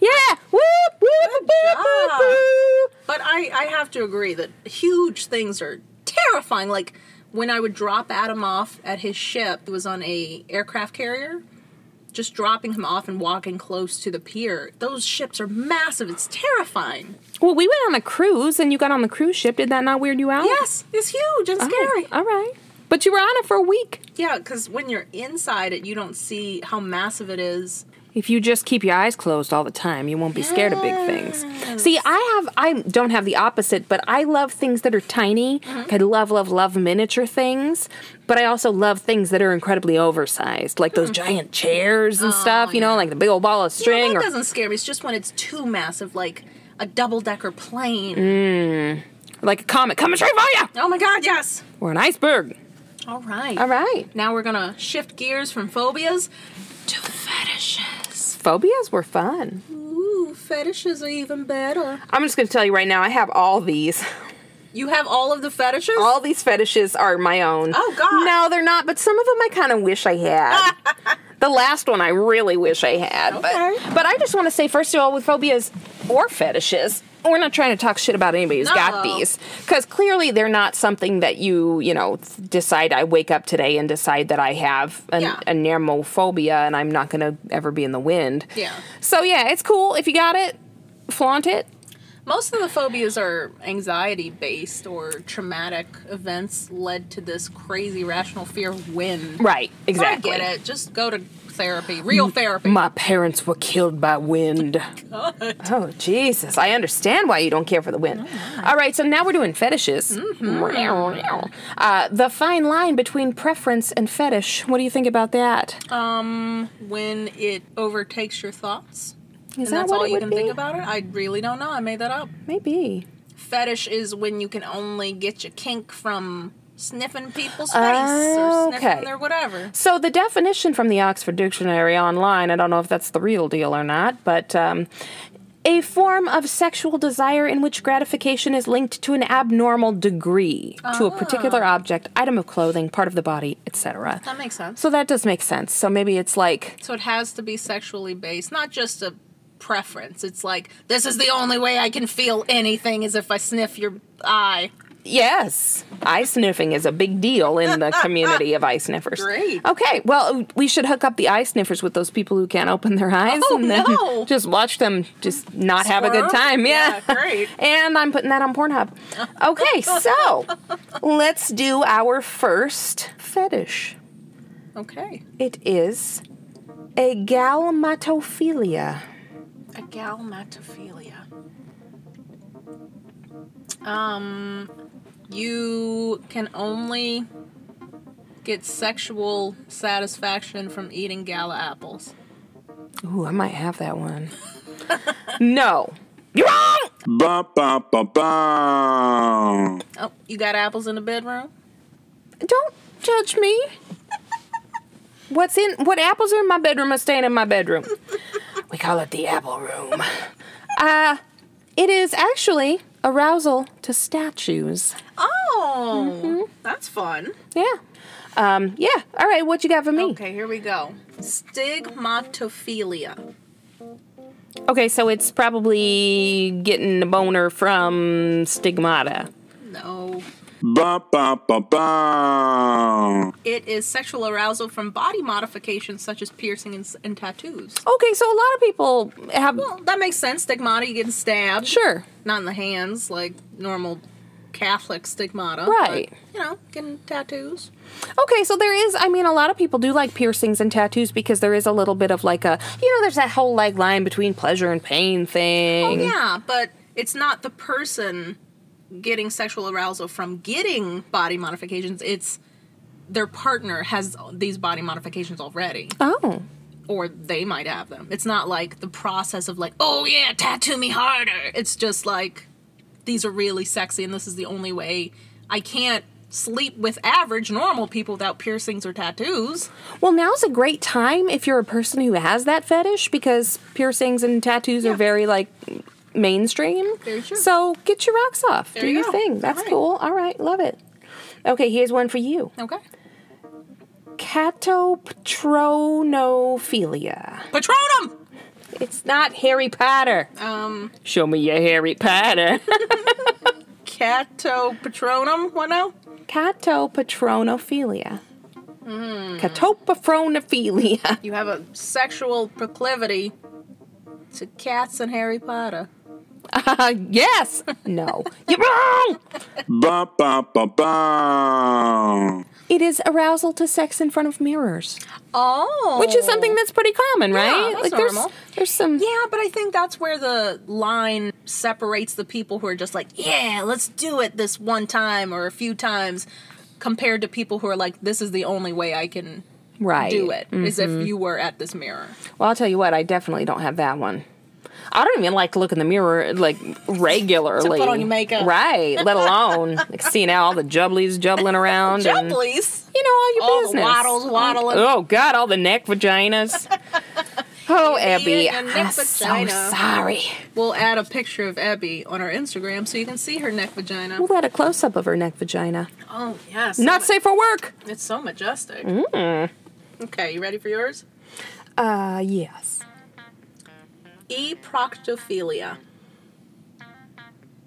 S1: Yeah. Whoop whoop whoop whoop.
S2: job.
S1: whoop.
S2: But I, I have to agree that huge things are terrifying. Like when I would drop Adam off at his ship, it was on a aircraft carrier. Just dropping him off and walking close to the pier. Those ships are massive. It's terrifying.
S1: Well, we went on a cruise, and you got on the cruise ship. Did that not weird you out?
S2: Yes, it's huge and
S1: Oh,
S2: scary.
S1: all right. But you were on it for a week.
S2: Yeah, because when you're inside it, you don't see how massive it is.
S1: If you just keep your eyes closed all the time, you won't be scared of big things. See, I have I don't have the opposite, but I love things that are tiny. I love love love miniature things, but I also love things that are incredibly oversized, like those giant chairs and stuff, Mm-hmm. Oh, you know, like the big old ball of
S2: It
S1: string or
S2: doesn't scare me. It's just when it's too massive, like a double decker plane.
S1: Mm. like a comet coming straight for you
S2: Oh my god, yes!
S1: or an iceberg.
S2: All right.
S1: All right.
S2: Now we're gonna shift gears from phobias to fetishes.
S1: Phobias were fun.
S2: Ooh, fetishes are even better.
S1: I'm just going to tell you right now, I have all these.
S2: You have all of the fetishes?
S1: All these fetishes are my own.
S2: Oh, gosh.
S1: No, they're not, but some of them I kind of wish I had. the last one I really wish I had.
S2: Okay.
S1: But, but I just want to say, first of all, with phobias or fetishes, we're not trying to talk shit about anybody who's got
S2: No.
S1: these. Because clearly they're not something that you, you know, th- decide I wake up today and decide that I have an,
S2: Yeah.
S1: a nemophobia and I'm not going to ever be in the wind.
S2: Yeah.
S1: So, yeah, it's cool. If you got it, flaunt it.
S2: Most of the phobias are anxiety based or traumatic events led to this crazy rational fear when.
S1: Right, exactly.
S2: I get it. Just go to therapy, real therapy.
S1: My parents were killed by wind. Oh, Jesus. I understand why you don't care for the wind.
S2: Oh,
S1: All right, so now we're doing fetishes.
S2: Mm-hmm.
S1: Uh, the fine line between preference and fetish. What do you think about that?
S2: Uh, when it overtakes your thoughts. and
S1: that
S2: that's
S1: what
S2: all
S1: it
S2: you
S1: would
S2: can
S1: be?
S2: think about it. I really don't know. I made that up.
S1: Maybe.
S2: Fetish is when you can only get your kink from sniffing people's face
S1: Oh,
S2: or sniffing
S1: okay.
S2: their whatever.
S1: So, the definition from the Oxford Dictionary online, I don't know if that's the real deal or not, but um, a form of sexual desire in which gratification is linked to an abnormal degree to a particular
S2: Ah.
S1: object, item of clothing, part of the body, etc.
S2: That makes sense.
S1: So that does make sense. So maybe it's like,
S2: So it has to be sexually based, not just a preference. It's like this is the only way I can feel anything is if I sniff your eye.
S1: yes, eye sniffing is a big deal in the community of eye sniffers.
S2: Great.
S1: Okay, well, we should hook up the eye sniffers with those people who can't open their eyes
S2: Oh,
S1: and then
S2: no.
S1: just watch them just not have a good
S2: Squirm?
S1: time. Yeah.
S2: Yeah, great.
S1: and I'm putting that on Pornhub. Okay, so let's do our first fetish.
S2: Okay.
S1: It is a galmatophilia.
S2: A galmatophilia. Um, you can only get sexual satisfaction from eating gala apples.
S1: Ooh, I might have that one. no. You're wrong!
S4: Bum bum bum bum.
S2: Oh, you got apples in the bedroom?
S1: Don't judge me. What's in what apples are in my bedroom are staying in my bedroom. We call it the apple room. Uh it is actually arousal to statues.
S2: Oh, that's fun.
S1: Yeah. Um, yeah. All right, what you got for me?
S2: Okay, here we go. Stigmatophilia.
S1: Okay, so it's probably getting a boner from stigmata.
S2: No,
S4: Bum bum bum bum.
S2: it is sexual arousal from body modifications such as piercings and tattoos.
S1: Okay, so a lot of people have
S2: Well, Oh, that makes sense. Stigmata, you getting stabbed.
S1: sure.
S2: not in the hands like normal Catholic stigmata.
S1: Right.
S2: but, you know, getting tattoos.
S1: Okay, so there is, I mean, a lot of people do like piercings and tattoos because there is a little bit of like a, you know, there's that whole like line between pleasure and pain thing.
S2: Oh, Yeah, but it's not the person getting sexual arousal from getting body modifications. It's their partner has these body modifications already,
S1: Oh.
S2: or they might have them. It's not like the process of like, oh yeah, tattoo me harder. It's just like these are really sexy, and this is the only way I can't sleep with average normal people without piercings or tattoos.
S1: Well, now's a great time if you're a person who has that fetish because piercings and tattoos are very like mainstream.
S2: Very true.
S1: So get your rocks off. do
S2: you
S1: your
S2: go.
S1: thing. That's
S2: All right.
S1: cool. All right, love it. Okay, here's one for you.
S2: Okay.
S1: Catoptronophilia.
S2: Patronum!
S1: It's not Harry Potter.
S2: Um,
S1: Show me your Harry Potter.
S2: Cato Patronum, what now?
S1: Catopatronophilia.
S2: Hmm.
S1: Catopatronophilia.
S2: You have a sexual proclivity to cats and Harry Potter.
S1: Uh, yes. No. You're wrong.
S4: Bum bum bum bum.
S1: It is arousal to sex in front of mirrors,
S2: Oh.
S1: which is something that's pretty common, right?
S2: that's
S1: like there's
S2: normal.
S1: there's some
S2: Yeah, but I think that's where the line separates the people who are just like, yeah, let's do it this one time or a few times, compared to people who are like, this is the only way I can
S1: right.
S2: Mm-hmm. do it, as if you were at this mirror.
S1: Well, I'll tell you what, I definitely don't have that one. I don't even like to look in the mirror like regularly.
S2: put on your makeup.
S1: right? Let alone seeing how all the jubblies jubbling around. and,
S2: Jubblies.
S1: you know all your
S2: All the
S1: business.
S2: waddles waddling.
S1: Oh God, all the neck vaginas. Oh, Abby,
S2: a
S1: I'm
S2: neck
S1: so
S2: vagina.
S1: sorry.
S2: We'll add a picture of Abby on our Instagram so you can see her neck vagina.
S1: We'll add a close up of her neck vagina.
S2: Oh yes.
S1: Not
S2: so
S1: safe for work.
S2: ma- it's so majestic.
S1: Mm.
S2: Okay, you ready for yours?
S1: Uh, yes.
S2: E proctophilia.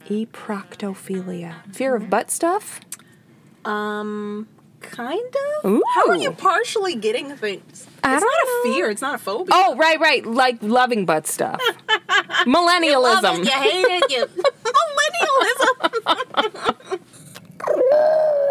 S1: Eproctophilia. Fear of butt stuff?
S2: Um kind of?
S1: Ooh.
S2: How are you partially getting things?
S1: I
S2: it's
S1: don't
S2: not a fear, it's not a phobia.
S1: Oh, right, right. Like loving butt stuff. Millennialism.
S2: You hate it, you millennialism.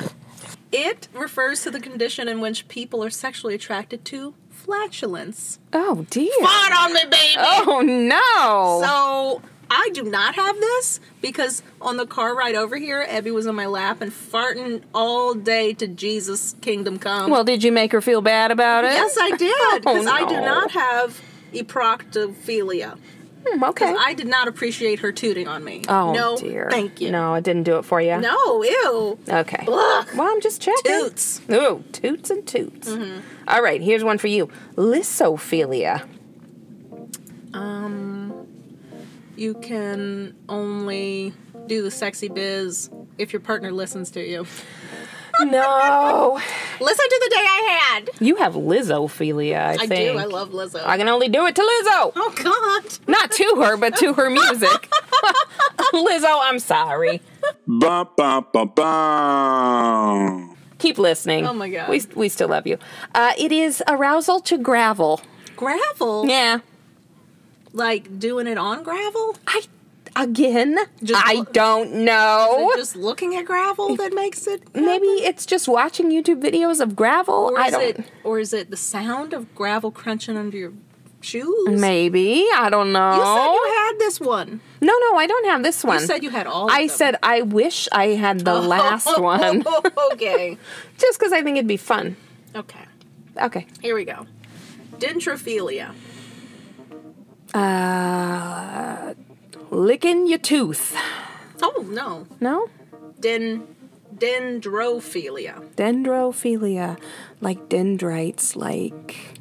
S2: it refers to the condition in which people are sexually attracted to flatulence.
S1: Oh, dear.
S2: Hard on me, baby.
S1: Oh, no.
S2: So I do not have this because on the car ride over here, Abby was on my lap and farting all day to Jesus Kingdom Come.
S1: well, did you make her feel bad about it?
S2: yes, I did because
S1: Oh,
S2: I do
S1: no.
S2: not have eproctophilia.
S1: Hmm, okay.
S2: I did not appreciate her tooting on me.
S1: oh,
S2: no,
S1: dear.
S2: Thank you.
S1: No, I didn't do it for you.
S2: No, ew.
S1: Okay.
S2: Ugh.
S1: Well, I'm just checking.
S2: Toots. Mm-hmm.
S1: Oh, toots and toots. All right, here's one for you. Lysophilia.
S2: You can only do the sexy biz if your partner listens to you.
S1: no.
S2: Listen to the day I had.
S1: You have Lizophilia, I,
S2: I
S1: think.
S2: do. I love Lizzo.
S1: I can only do it to Lizzo.
S2: oh God.
S1: Not to her, but to her music. Lizzo, I'm sorry.
S4: ba ba ba ba
S1: Keep listening.
S2: Oh, my God.
S1: We, we still love you. Uh, it is arousal to gravel.
S2: Gravel.
S1: Yeah.
S2: Like doing it on gravel.
S1: I, again,
S2: Just-
S1: I don't know.
S2: But just looking at gravel that makes it.
S1: Maybe it's just watching YouTube videos of gravel.
S2: Or
S1: I
S2: is
S1: don't
S2: it? Or is it the sound of gravel crunching under your shoes?
S1: Maybe. I don't know.
S2: You said you had this one.
S1: no, no, I don't have this one.
S2: You said you had all. Of
S1: I
S2: them. Oh,
S1: said I wish I had the last one.
S2: okay.
S1: Just because I think it'd be fun.
S2: Okay.
S1: Okay.
S2: Here we go. Dentrophilia.
S1: Uh, licking your tooth.
S2: Oh no.
S1: No?
S2: Den dendrophilia.
S1: Dendrophilia. Like dendrites, like.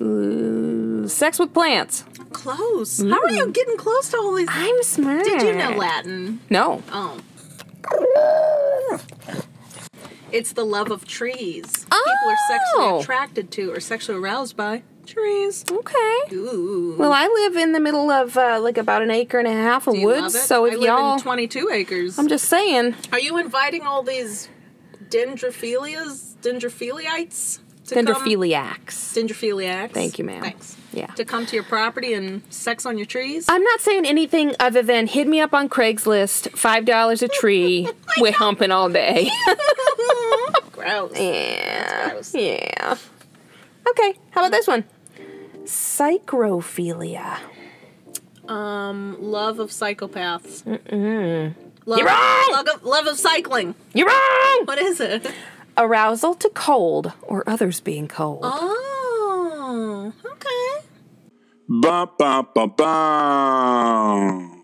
S1: Uh, sex with plants.
S2: Close. How are
S1: Mm.
S2: you getting close to all these?
S1: I'm smart.
S2: Did you know Latin?
S1: No.
S2: Oh. It's the love of trees. People are
S1: Oh.
S2: sexually attracted to or sexually aroused by trees.
S1: Okay.
S2: Ooh.
S1: Well, I live in the middle of uh, like about an acre and a half of
S2: Do you love
S1: woods,
S2: it?
S1: so if
S2: I live
S1: y'all,
S2: in 22 acres.
S1: I'm just saying,
S2: Are you inviting all these dendrophilias, dendrophiliites? To Come?
S1: dendrophiliacs.
S2: Dendrophiliacs.
S1: Thank you, ma'am.
S2: Thanks.
S1: Yeah.
S2: To come to your property and sex on your trees?
S1: I'm not saying anything other than hit me up on Craigslist, five dollars a tree. We're humping all day.
S2: Gross.
S1: Eh. yeah.
S2: gross.
S1: Yeah. Okay. How about this one? Psychrophilia.
S2: Um, love of psychopaths. Mm-mm. Love,
S1: You're wrong!
S2: Love of, love of cycling.
S1: You're wrong.
S2: What is it?
S1: Arousal to cold or others being cold.
S2: Oh, okay.
S4: ba ba ba ba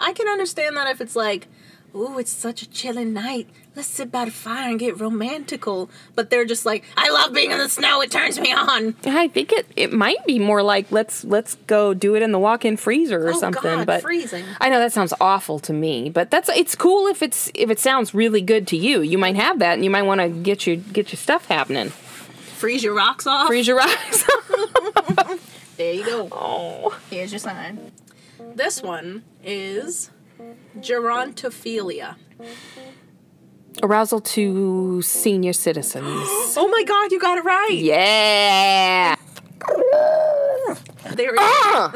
S2: I can understand that if it's like, ooh, it's such a chilling night. Let's sit by the fire and get romantical. But they're just like, I love being in the snow. It turns me on.
S1: I think it, it might be more like let's let's go do it in the walk-in freezer or
S2: Oh,
S1: something.
S2: God,
S1: but
S2: freezing.
S1: I know that sounds awful to me, but that's it's cool if it's if it sounds really good to you. You might have that, and you might want to get your get your stuff happening.
S2: Freeze your rocks off.
S1: Freeze your eyes.
S2: There you go.
S1: oh,
S2: Here's your sign. This one is gerontophilia.
S1: arousal to senior citizens.
S2: Oh my God, you got it right.
S1: yeah.
S2: There is,
S1: Ah!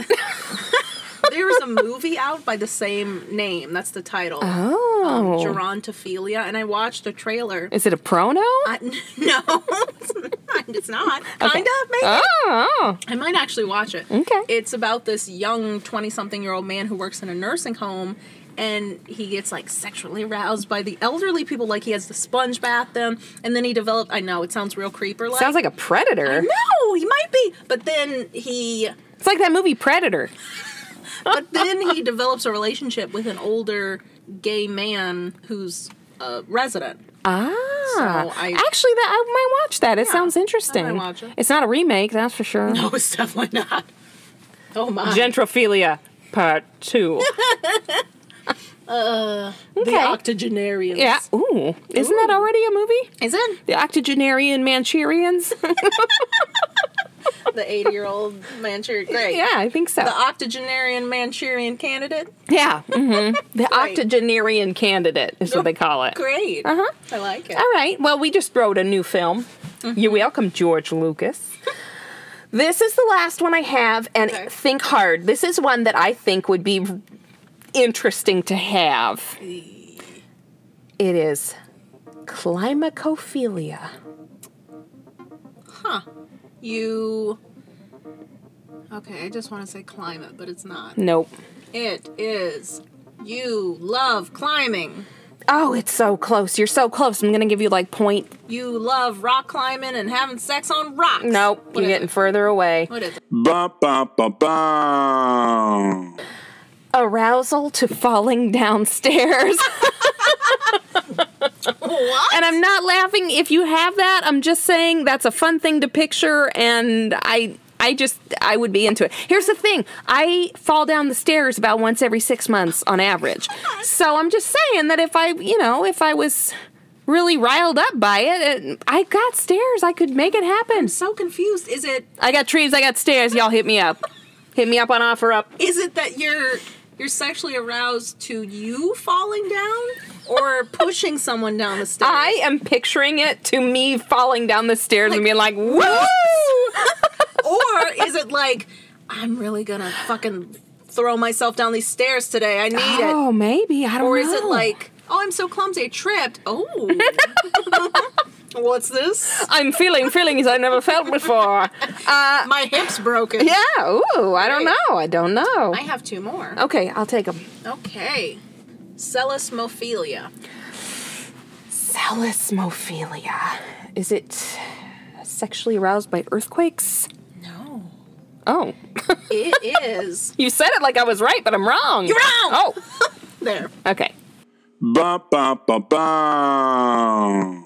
S2: there is a movie out by the same name. That's the title.
S1: Oh.
S2: Gerontophilia. And I watched a trailer.
S1: Is it a pronoun?
S2: I, no, it's not. It's not. Kind of, maybe.
S1: oh.
S2: I might actually watch it.
S1: Okay.
S2: It's about this young 20 something year old man who works in a nursing home and he gets like sexually aroused by the elderly people. Like he has to sponge bath them and then he developed. I know it sounds real creeper like.
S1: Sounds like a predator.
S2: No! oh, he might be. But then he
S1: It's like that movie Predator.
S2: but then he develops a relationship with an older gay man who's a resident.
S1: Ah,
S2: I-
S1: actually, that I might watch that. It sounds
S2: I might
S1: interesting.
S2: watch it.
S1: It's not a remake, that's for sure.
S2: No, it's definitely not. Oh my.
S1: Gentrophilia Part Two.
S2: Uh, The
S1: okay.
S2: octogenarians.
S1: yeah. Ooh, isn't that already a movie?
S2: Is it?
S1: The octogenarian Manchurians.
S2: The 80 year old Manchurian. Great.
S1: yeah, I think so.
S2: The octogenarian Manchurian candidate.
S1: yeah. mhm. The
S2: Right.
S1: octogenarian candidate is what they call it.
S2: Great.
S1: Uh-huh.
S2: I like it.
S1: All right. Well, we just wrote a new film. You're
S2: Mm-hmm.
S1: welcome, George Lucas. this is the last one I have, and
S2: Okay.
S1: think hard. This is one that I think would be interesting to have. It is climacophilia.
S2: You. Okay, I just want to say climate, but it's not.
S1: Nope.
S2: It is. You love climbing.
S1: Oh, it's so close. You're so close. I'm gonna give you like point.
S2: You love rock climbing and having sex on rocks.
S1: Nope.
S2: What
S1: you're
S2: is
S1: getting
S2: it?
S1: further away.
S2: What is it?
S4: Ba ba ba ba.
S1: Arousal to falling downstairs.
S2: What?
S1: And I'm not laughing. If you have that, I'm just saying that's a fun thing to picture, and I. I just I would be into it. Here's the thing. I fall down the stairs about once every 6 months on average. So I'm just saying that if I, you know, if I was really riled up by it, it I got stairs. I could make it happen.
S2: so confused. Is it?
S1: I got trees, I got stairs. Y'all hit me up. Hit me up on offer up.
S2: Is it that you're you're sexually aroused to you falling down or pushing someone down the stairs?
S1: I am picturing it to me falling down the stairs and
S2: Like,
S1: being like, "Whoa!"
S2: or is it like I'm really gonna fucking throw myself down these stairs today? I need it.
S1: Oh, maybe. I don't know.
S2: Or is it like, oh, I'm so clumsy, I tripped. Oh. What's this?
S1: I'm feeling feelings I never felt before. Uh,
S2: My hip's broken.
S1: yeah. Ooh, I don't
S2: Great.
S1: know. I don't know.
S2: I have two more.
S1: Okay, I'll take them.
S2: Okay. Celismophilia.
S1: Selismophilia. Is it sexually aroused by earthquakes?
S2: No.
S1: Oh,
S2: It is.
S1: you said it like I was right, but I'm wrong. You're
S2: wrong!
S1: Oh,
S2: There.
S1: okay.
S4: Ba ba ba ba.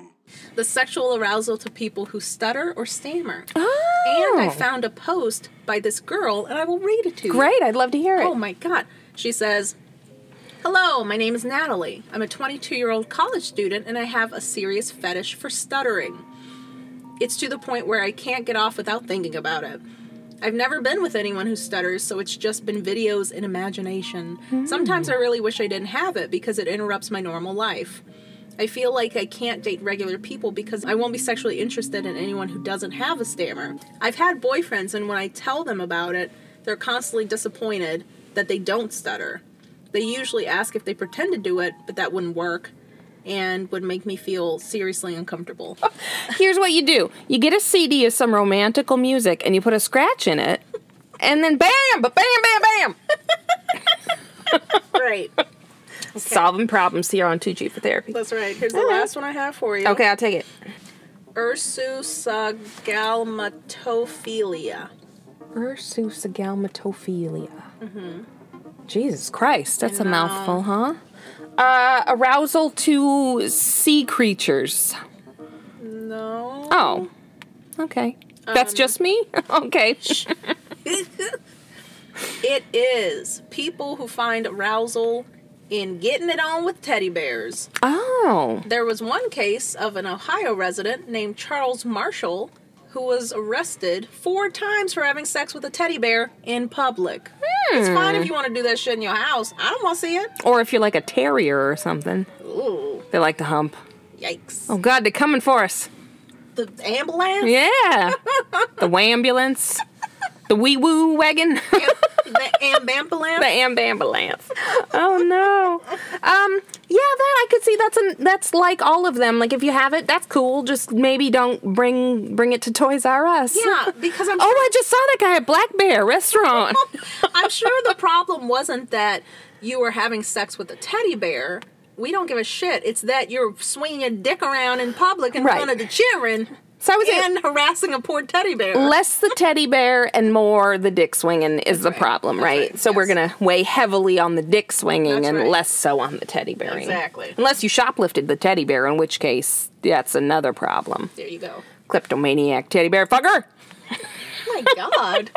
S2: The sexual arousal to people who stutter or stammer.
S1: Oh,
S2: And I found a post by this girl, and I will read it to you.
S1: great. I'd love to hear it.
S2: Oh my god. She says, Hello, my name is Natalie. I'm a 22 year old college student and I have a serious fetish for stuttering. It's to the point where I can't get off without thinking about it. I've never been with anyone who stutters, so it's just been videos and imagination.
S1: Hmm.
S2: Sometimes I really wish I didn't have it because it interrupts my normal life. I feel like I can't date regular people because I won't be sexually interested in anyone who doesn't have a stammer. I've had boyfriends, and when I tell them about it, they're constantly disappointed that they don't stutter. They usually ask if they pretend to do it, but that wouldn't work and would make me feel seriously uncomfortable.
S1: Here's what you do you get a CD of some romantical music and you put a scratch in it, and then bam, ba bam, bam, bam.
S2: right.
S1: Solving problems here on 2G for therapy.
S2: That's right. Here's the
S1: right.
S2: last one I have for you.
S1: Okay, I'll take it.
S2: Ursusagalmatophilia.
S1: Ursusagalmatophilia. Jesus Christ, that's a mouthful, huh? Uh, arousal to sea creatures.
S2: No.
S1: Oh, okay. That's just me? okay.
S2: It is people who find arousal in getting it on with teddy bears.
S1: Oh,
S2: There was one case of an Ohio resident named Charles Marshall who was arrested four times for having sex with a teddy bear in public. It's fine
S1: Hmm.
S2: if you want to do that shit in your house. I don't want to see it.
S1: or if you're like a terrier or something,
S2: Ooh,
S1: they like to hump.
S2: yikes.
S1: Oh, God, they're coming for us.
S2: The ambulance?
S1: Yeah. the ambulance, the wee woo wagon.
S2: the ambambulance?
S1: the amb ambulance. Oh no. Um. Yeah, that I could see. That's an that's like all of them. Like if you have it, that's cool. Just maybe don't bring bring it to Toys R Us.
S2: Yeah, because I'm
S1: Oh, I just saw that guy at Black Bear Restaurant.
S2: I'm sure the problem wasn't that you were having sex with a teddy bear. We don't give a shit. It's that you're swinging your dick around in public in
S1: Right.
S2: front of the children.
S1: So I was in-
S2: and harassing a poor teddy bear.
S1: less the teddy bear and more the dick swinging is the problem, right? So we're gonna weigh heavily on the dick swinging
S2: That's
S1: and
S2: right.
S1: less so on the teddy bearing.
S2: Exactly.
S1: Unless you shoplifted the teddy bear, in which case that's another problem.
S2: there you go.
S1: Kleptomaniac teddy bear fucker.
S2: Oh my god.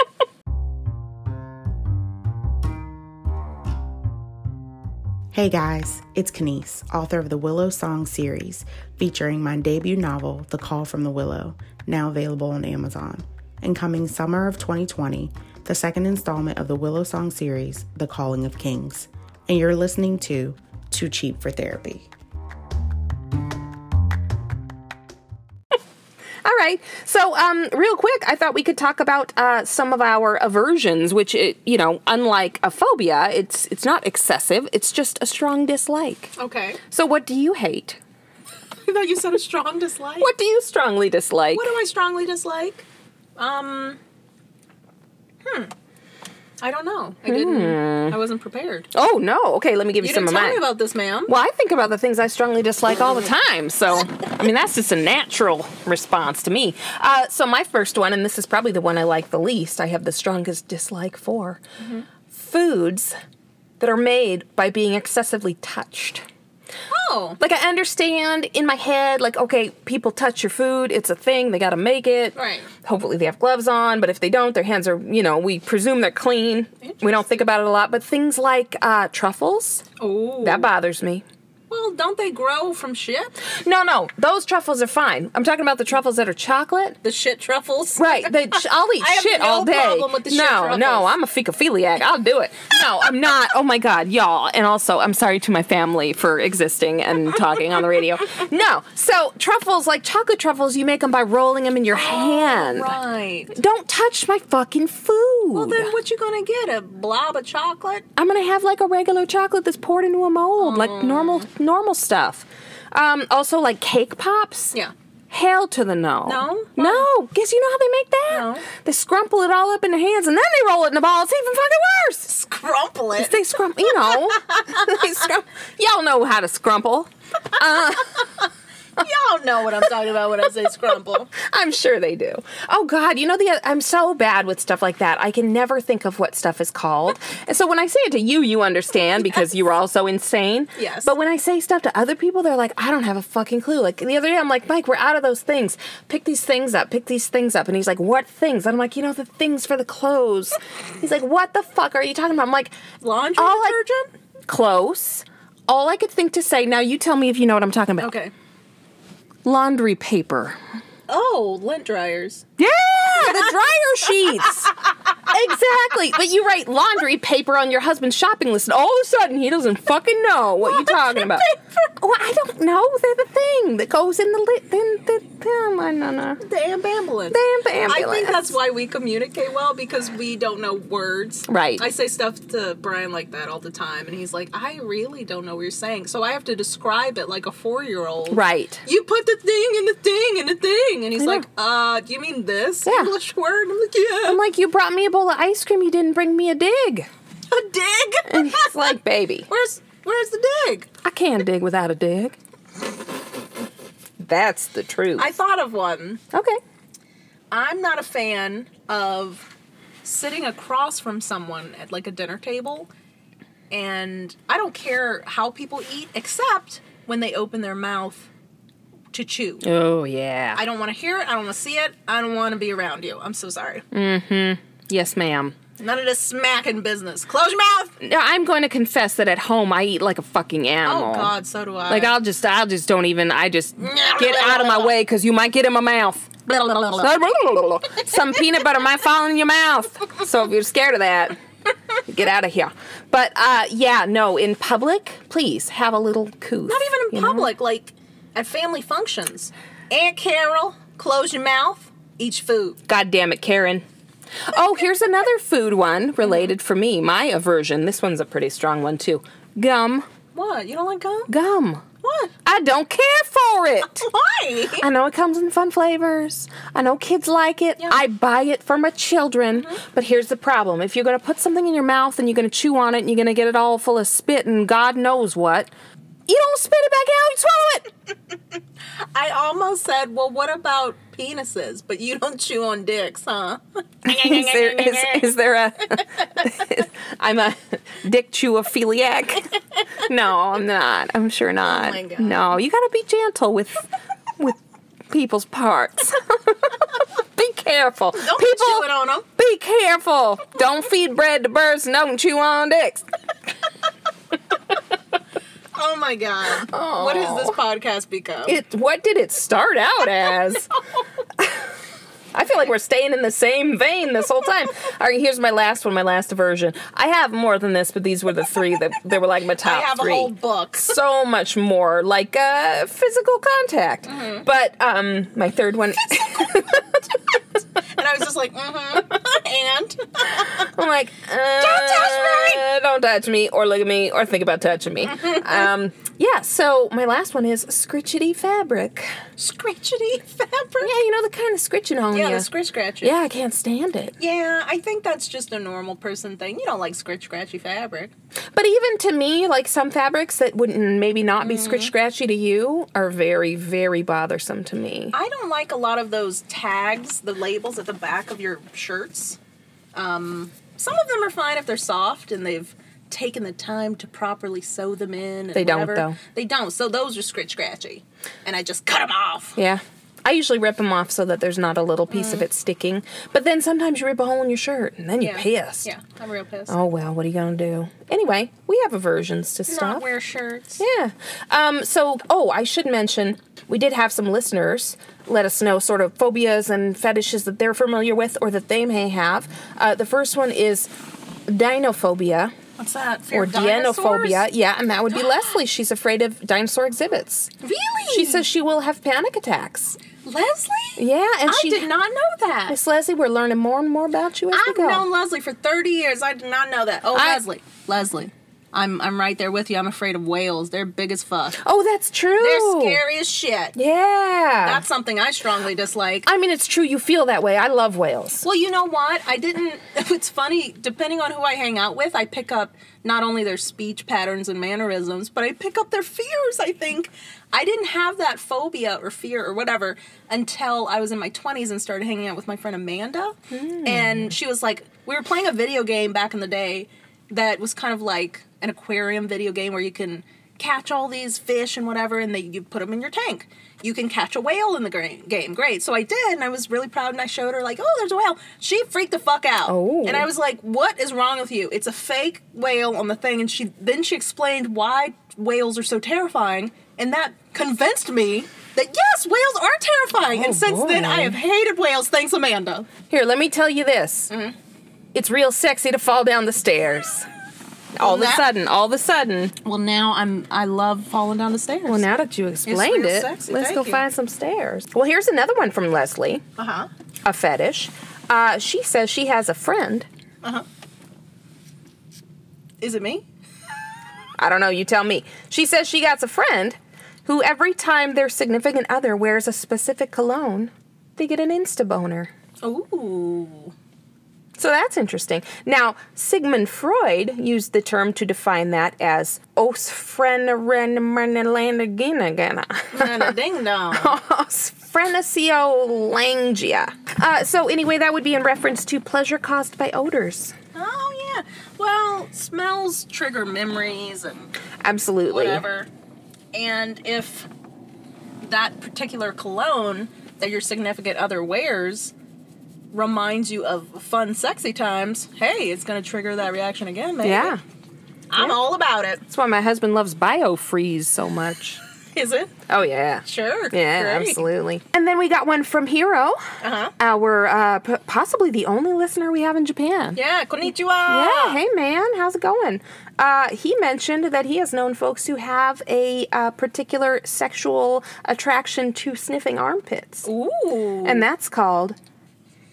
S5: Hey guys, it's Kanice, author of the Willow Song series, featuring my debut novel, The Call from the Willow, now available on Amazon. And coming summer of 2020, the second installment of the Willow Song series, The Calling of Kings. And you're listening to Too Cheap for Therapy.
S1: All right. So, um, real quick, I thought we could talk about uh, some of our aversions, which, it, you know, unlike a phobia, it's it's not excessive. It's just a strong dislike.
S2: okay.
S1: So, what do you hate?
S2: I thought you said a strong dislike.
S1: What do you strongly dislike?
S2: What do I strongly dislike? Um. Hmm. I don't know. I didn't. I wasn't prepared.
S1: Oh no! Okay, let me give you,
S2: You
S1: Hmm. some
S2: didn't
S1: of
S2: tell
S1: mine.
S2: me about this, ma'am.
S1: well, I think about the things I strongly dislike all the time, so I mean that's just a natural response to me. Uh, so my first one, and this is probably the one I like the least. I have the strongest dislike for
S2: Mm-hmm.
S1: foods that are made by being excessively touched.
S2: Oh,
S1: Like I understand in my head, like okay, people touch your food; it's a thing. They got to make it.
S2: Right.
S1: Hopefully, they have gloves on. But if they don't, their hands are, you know, we presume they're clean. We don't think about it a lot. But things like uh, truffles.
S2: oh.
S1: That bothers me.
S2: well, don't they grow from shit?
S1: No, no, those truffles are fine. I'm talking about the truffles that are chocolate.
S2: The shit truffles.
S1: Right, they, I'll eat
S2: I have
S1: shit
S2: no
S1: all day.
S2: problem with the shit
S1: no, no,
S2: truffles.
S1: I'm a fecophiliac. I'll do it. No, I'm not. Oh my god, y'all. And also, I'm sorry to my family for existing and talking on the radio. No, so truffles, like chocolate truffles, you make them by rolling them in your hand.
S2: Oh, Right.
S1: Don't touch my fucking food.
S2: Well, then what you gonna get? A blob of chocolate?
S1: I'm gonna have like a regular chocolate that's poured into a mold,
S2: Mm.
S1: like normal normal stuff. Um, also, like cake pops.
S2: Yeah.
S1: Hell to the no.
S2: No? Why?
S1: No. Guess you know how they make that?
S2: No.
S1: They scrumple it all up in their hands and then they roll it in a ball. It's even fucking worse.
S2: Scrumple it.
S1: They scrum, you know. they scrum- y'all know how to scrumple.
S2: Y'all know what I'm talking about when I say scrumple.
S1: I'm sure they do. Oh God, you know the I'm so bad with stuff like that. I can never think of what stuff is called. and so when I say it to you, you understand because you were also insane.
S2: Yes.
S1: But when I say stuff to other people, they're like, I don't have a fucking clue. Like the other day, I'm like, Mike, we're out of those things. Pick these things up. Pick these things up. And he's like, What things? And I'm like, You know the things for the clothes. he's like, What the fuck are you talking about? I'm like,
S2: Laundry
S1: All I-
S2: detergent?
S1: Close. All I could think to say. Now you tell me if you know what I'm talking about.
S2: Okay.
S1: Laundry paper.
S2: Oh, lint dryers.
S1: Yeah, the dryer sheets. exactly. But you write laundry paper on your husband's shopping list, and all of a sudden he doesn't fucking know what you're talking about. Well, I don't know. They're the thing that goes in the lit. Then, then, then, I don't know.
S2: The ambulance.
S1: Damn the
S2: I
S1: ambulance.
S2: think that's why we communicate well because we don't know words.
S1: Right.
S2: I say stuff to Brian like that all the time, and he's like, "I really don't know what you're saying," so I have to describe it like a four-year-old.
S1: Right.
S2: You put the thing in the thing in the thing, and he's
S1: Yeah.
S2: like, "Uh, do you mean this
S1: Yeah.
S2: English word?" I'm like, "Yeah."
S1: I'm like, you brought me a bowl of ice cream. You didn't bring me a dig.
S2: a dig.
S1: It's like, baby,
S2: where's where's the dig?
S1: I can't dig without a dig. That's the truth.
S2: I thought of one.
S1: okay.
S2: I'm not a fan of sitting across from someone at like a dinner table, and I don't care how people eat except when they open their mouth to chew.
S1: Oh yeah.
S2: I don't want to hear it. I don't want to see it. I don't want to be around you. I'm so sorry.
S1: yes, ma'am.
S2: None of this smacking business. Close your mouth.
S1: Now, I'm going to confess that at home I eat like a fucking animal.
S2: Oh God, so do I.
S1: Like I'll just, I'll just don't even. I just get out of my way because you might get in my mouth. Some peanut butter might fall in your mouth. So if you're scared of that, get out of here. But uh, yeah, no, in public, please have a little coo.
S2: Not even in public. Like at family functions. Aunt Carol, close your mouth. Eat your food.
S1: God damn it, Karen. Oh, here's another food one related for me. My aversion. This one's a pretty strong one too. Gum,
S2: What? You don't like gum?
S1: gum.
S2: What?
S1: I don't care for it.
S2: Why?
S1: I know it comes in fun flavors. I know kids like it. I buy it for my children. But here's the problem if you're going to put something in your mouth and you're going to chew on it and you're going to get it all full of spit and God knows what, You don't spit it back out, you swallow it.
S2: I almost said, well, what about penises? But you don't chew on dicks, huh?
S1: Is there, is, is there a. I'm a dick chewophiliac. No, I'm not. I'm sure not.
S2: my God.
S1: No, you gotta be gentle with with people's parts. be careful.
S2: Don't
S1: People,
S2: chew it on them.
S1: Be careful. Don't feed bread to birds and don't chew on dicks.
S2: Oh my God. What has
S1: Oh.
S2: this podcast become?
S1: It, what did it start out as? I feel like we're staying in the same vein this whole time. All right, here's my last one, my last version. I have more than this, but these were the three that they were like my top
S2: I have
S1: three.
S2: a whole book.
S1: so much more like uh, physical contact.
S2: Mm-hmm.
S1: But um, my third one,
S2: And I was just like, mm-hmm. And
S1: I'm like, uh,
S2: Don't touch me!
S1: Don't touch me, or look at me, or think about touching me. um, yeah. So my last one is scritchety fabric.
S2: scratchety fabric.
S1: Yeah, you know the kind of scritching on
S2: Yeah,
S1: you.
S2: the scritch scratchy.
S1: yeah, I can't stand it.
S2: Yeah, I think that's just a normal person thing. You don't like scritch scratchy fabric.
S1: But even to me, like some fabrics that wouldn't maybe not
S2: Mm-hmm.
S1: be scritch scratchy to you are very, very bothersome to me.
S2: I don't like a lot of those tags, the labels at the back of your shirts. Um, some of them are fine if they're soft and they've taken the time to properly sew them in. And
S1: They don't,
S2: whatever.
S1: though.
S2: They don't. So those are scritch scratchy, and I just cut them off.
S1: Yeah. I usually rip them off so that there's not a little piece of it sticking. But then sometimes you rip a hole in your shirt and then you're pissed.
S2: Mm. Yeah, I'm real pissed.
S1: Oh well, what are you gonna do? Anyway, we have aversions to
S2: Not
S1: stuff.
S2: wear shirts.
S1: Yeah. Um, so, oh, I should mention we did have some listeners let us know sort of phobias and fetishes that they're familiar with or that they may have. Uh, the first one is dinophobia
S2: What's that? Fear
S1: or
S2: of dinosaurs?
S1: dianophobia. Yeah, and that would be Leslie. She's afraid of dinosaur exhibits.
S2: Really?
S1: She says she will have panic attacks.
S2: Leslie.
S1: Yeah, and
S2: I
S1: she
S2: did not know that.
S1: Miss Leslie, we're learning more and more about you as we
S2: I've
S1: go.
S2: known Leslie for 30 years. I did not know that. Oh,
S1: I-
S2: Leslie. Leslie. I'm I'm right there with you. I'm afraid of whales. They're big as fuck.
S1: oh, that's true.
S2: They're scary as shit.
S1: Yeah.
S2: That's something I strongly dislike.
S1: I mean, it's true. You feel that way. I love whales.
S2: well, you know what? I didn't. It's funny. Depending on who I hang out with, I pick up not only their speech patterns and mannerisms, but I pick up their fears. I think I didn't have that phobia or fear or whatever until I was in my twenties and started hanging out with my friend Amanda,
S1: Hmm.
S2: and she was like, we were playing a video game back in the day that was kind of like an aquarium video game where you can catch all these fish and whatever, and they, you put them in your tank. You can catch a whale in the gra- game. Great. So I did, and I was really proud, and I showed her, like, oh, there's a whale. She freaked the fuck out.
S1: Oh.
S2: And I was like, what is wrong with you? It's a fake whale on the thing. And she then she explained why whales are so terrifying, and that convinced me that yes, whales are terrifying. and since then, I
S1: Oh, boy.
S2: have hated whales. Thanks, Amanda.
S1: Here, let me tell you this.
S2: Mm-hmm.
S1: It's real sexy to fall down the stairs. All of a
S2: that-
S1: sudden, all of a sudden.
S2: Well, now I'm I love falling down the stairs.
S1: Well, now that you explained
S2: real
S1: it,
S2: sexy,
S1: let's
S2: thank
S1: go
S2: you.
S1: find some stairs. Well, here's another one from Leslie,
S2: uh huh.
S1: a fetish. Uh, she says she has a friend.
S2: Is it me?
S1: I don't know, you tell me. She says she got a friend who every time their significant other wears a specific cologne, they get an insta boner.
S2: Ooh.
S1: So that's interesting. Now, Sigmund Freud used the term to define that as osphrenerendmenelanaginagana.
S2: And a ding dong.
S1: Phrenesiolangia. Uh, so, anyway, that would be in reference to pleasure caused by odors.
S2: oh yeah. Well, smells trigger memories and
S1: Absolutely.
S2: whatever. And if that particular cologne that your significant other wears reminds you of fun, sexy times, hey, it's gonna trigger that reaction again, maybe.
S1: Yeah.
S2: I'm all about it.
S1: That's why my husband loves biofreeze so much.
S2: Is it?
S1: Oh, yeah.
S2: Sure.
S1: Yeah,
S2: Great.
S1: absolutely. And then we got one from Hero,
S2: Uh-huh.
S1: our uh, p- possibly the only listener we have in Japan.
S2: Yeah, konnichiwa.
S1: Yeah, hey man, how's it going? Uh, he mentioned that he has known folks who have a uh, particular sexual attraction to sniffing armpits,
S2: Ooh.
S1: and that's called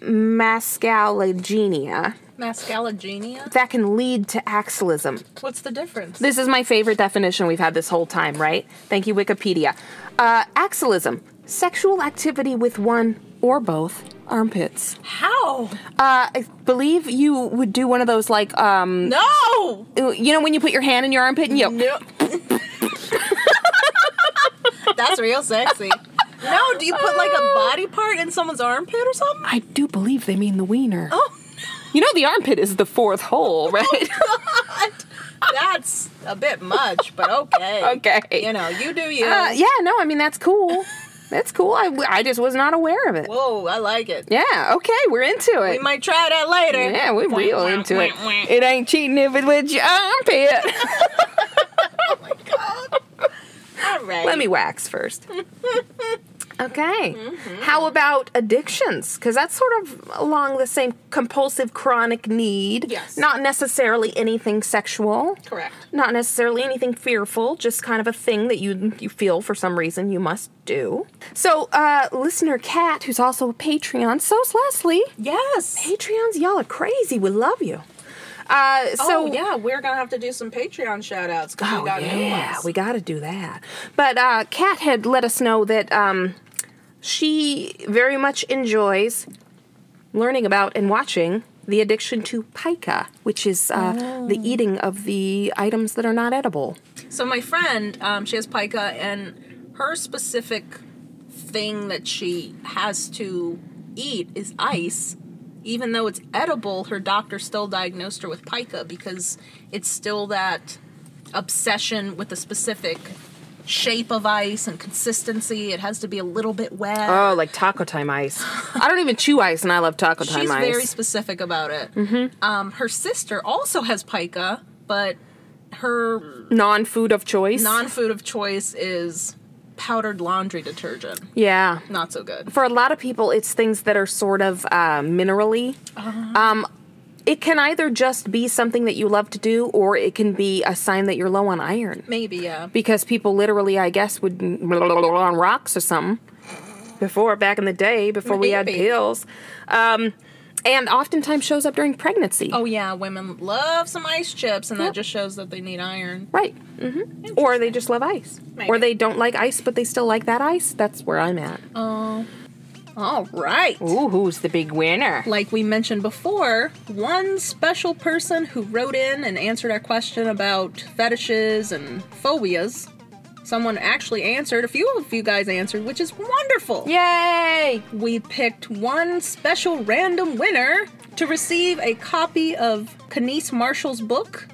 S1: mascalagenia.
S2: Mascalagenia?
S1: That can lead to axillism.
S2: What's the difference?
S1: This is my favorite definition we've had this whole time, right? Thank you, Wikipedia. Uh, axillism: sexual activity with one or both armpits.
S2: How?
S1: Uh, I believe you would do one of those like um,
S2: No!
S1: you know when you put your hand in your armpit and you
S2: No. That's real sexy. No, do you put like a body part in someone's armpit or something?
S6: I do believe they mean the wiener.
S2: Oh,
S1: You know the armpit is the fourth hole, right?
S2: God. That's a bit much, but okay.
S1: Okay.
S2: You know, you do you.
S1: Uh, yeah, no, I mean that's cool. That's cool. I, I just was not aware of it.
S2: Whoa, I like it.
S1: Yeah, okay, we're into it.
S2: We might try that later.
S1: yeah, we're real into it. It ain't cheating if it's with your armpit.
S2: All right.
S1: Let me wax first. Okay.
S2: Mm-hmm.
S1: How about addictions? Because that's sort of along the same compulsive chronic need.
S2: Yes.
S1: Not necessarily anything sexual.
S2: Correct.
S1: Not necessarily anything fearful, just kind of a thing that you you feel for some reason you must do. So, uh, listener Kat, who's also a Patreon, so's Leslie.
S2: Yes.
S1: Patreons, y'all are crazy. We love you. Uh, so
S2: oh, yeah, we're going to have to do some Patreon shout outs because we got new ones.
S1: Oh, we got to do that. But uh, Kat had let us know that um, she very much enjoys learning about and watching the addiction to pica, which is uh, the eating of the items that are not edible.
S2: So my friend, um, she has pica, and her specific thing that she has to eat is ice. Even though it's edible, her doctor still diagnosed her with pica because it's still that obsession with the specific shape of ice and consistency. It has to be a little bit wet.
S1: Oh, like taco time ice. I don't even chew ice, and I love taco time
S2: She's
S1: ice.
S2: very specific about it. Um, her sister also has pica, but her
S1: Non-food of choice.
S2: non-food of choice is powdered laundry detergent.
S1: yeah.
S2: Not so good.
S1: for a lot of people, it's things that are sort of uh, minerally.
S2: Uh-huh.
S1: Um, it can either just be something that you love to do, or it can be a sign that you're low on iron.
S2: Maybe, yeah.
S1: Because people literally, I guess, would on rocks or something before back in the day, before we had
S2: Maybe.
S1: pills, um, and oftentimes shows up during pregnancy.
S2: Oh yeah, women love some ice chips, and that just shows that they need iron.
S1: Right. hmm Or they just love ice. Or
S2: Maybe.
S1: they don't like ice, but they still like that ice. That's where I'm at.
S2: Oh. All right.
S1: Ooh, who's the big winner?
S2: Like we mentioned before, one special person who wrote in and answered our question about fetishes and phobias. Someone actually answered. A few of you guys answered, which is wonderful.
S1: Yay!
S2: We picked one special random winner to receive a copy of Kenise Marshall's book.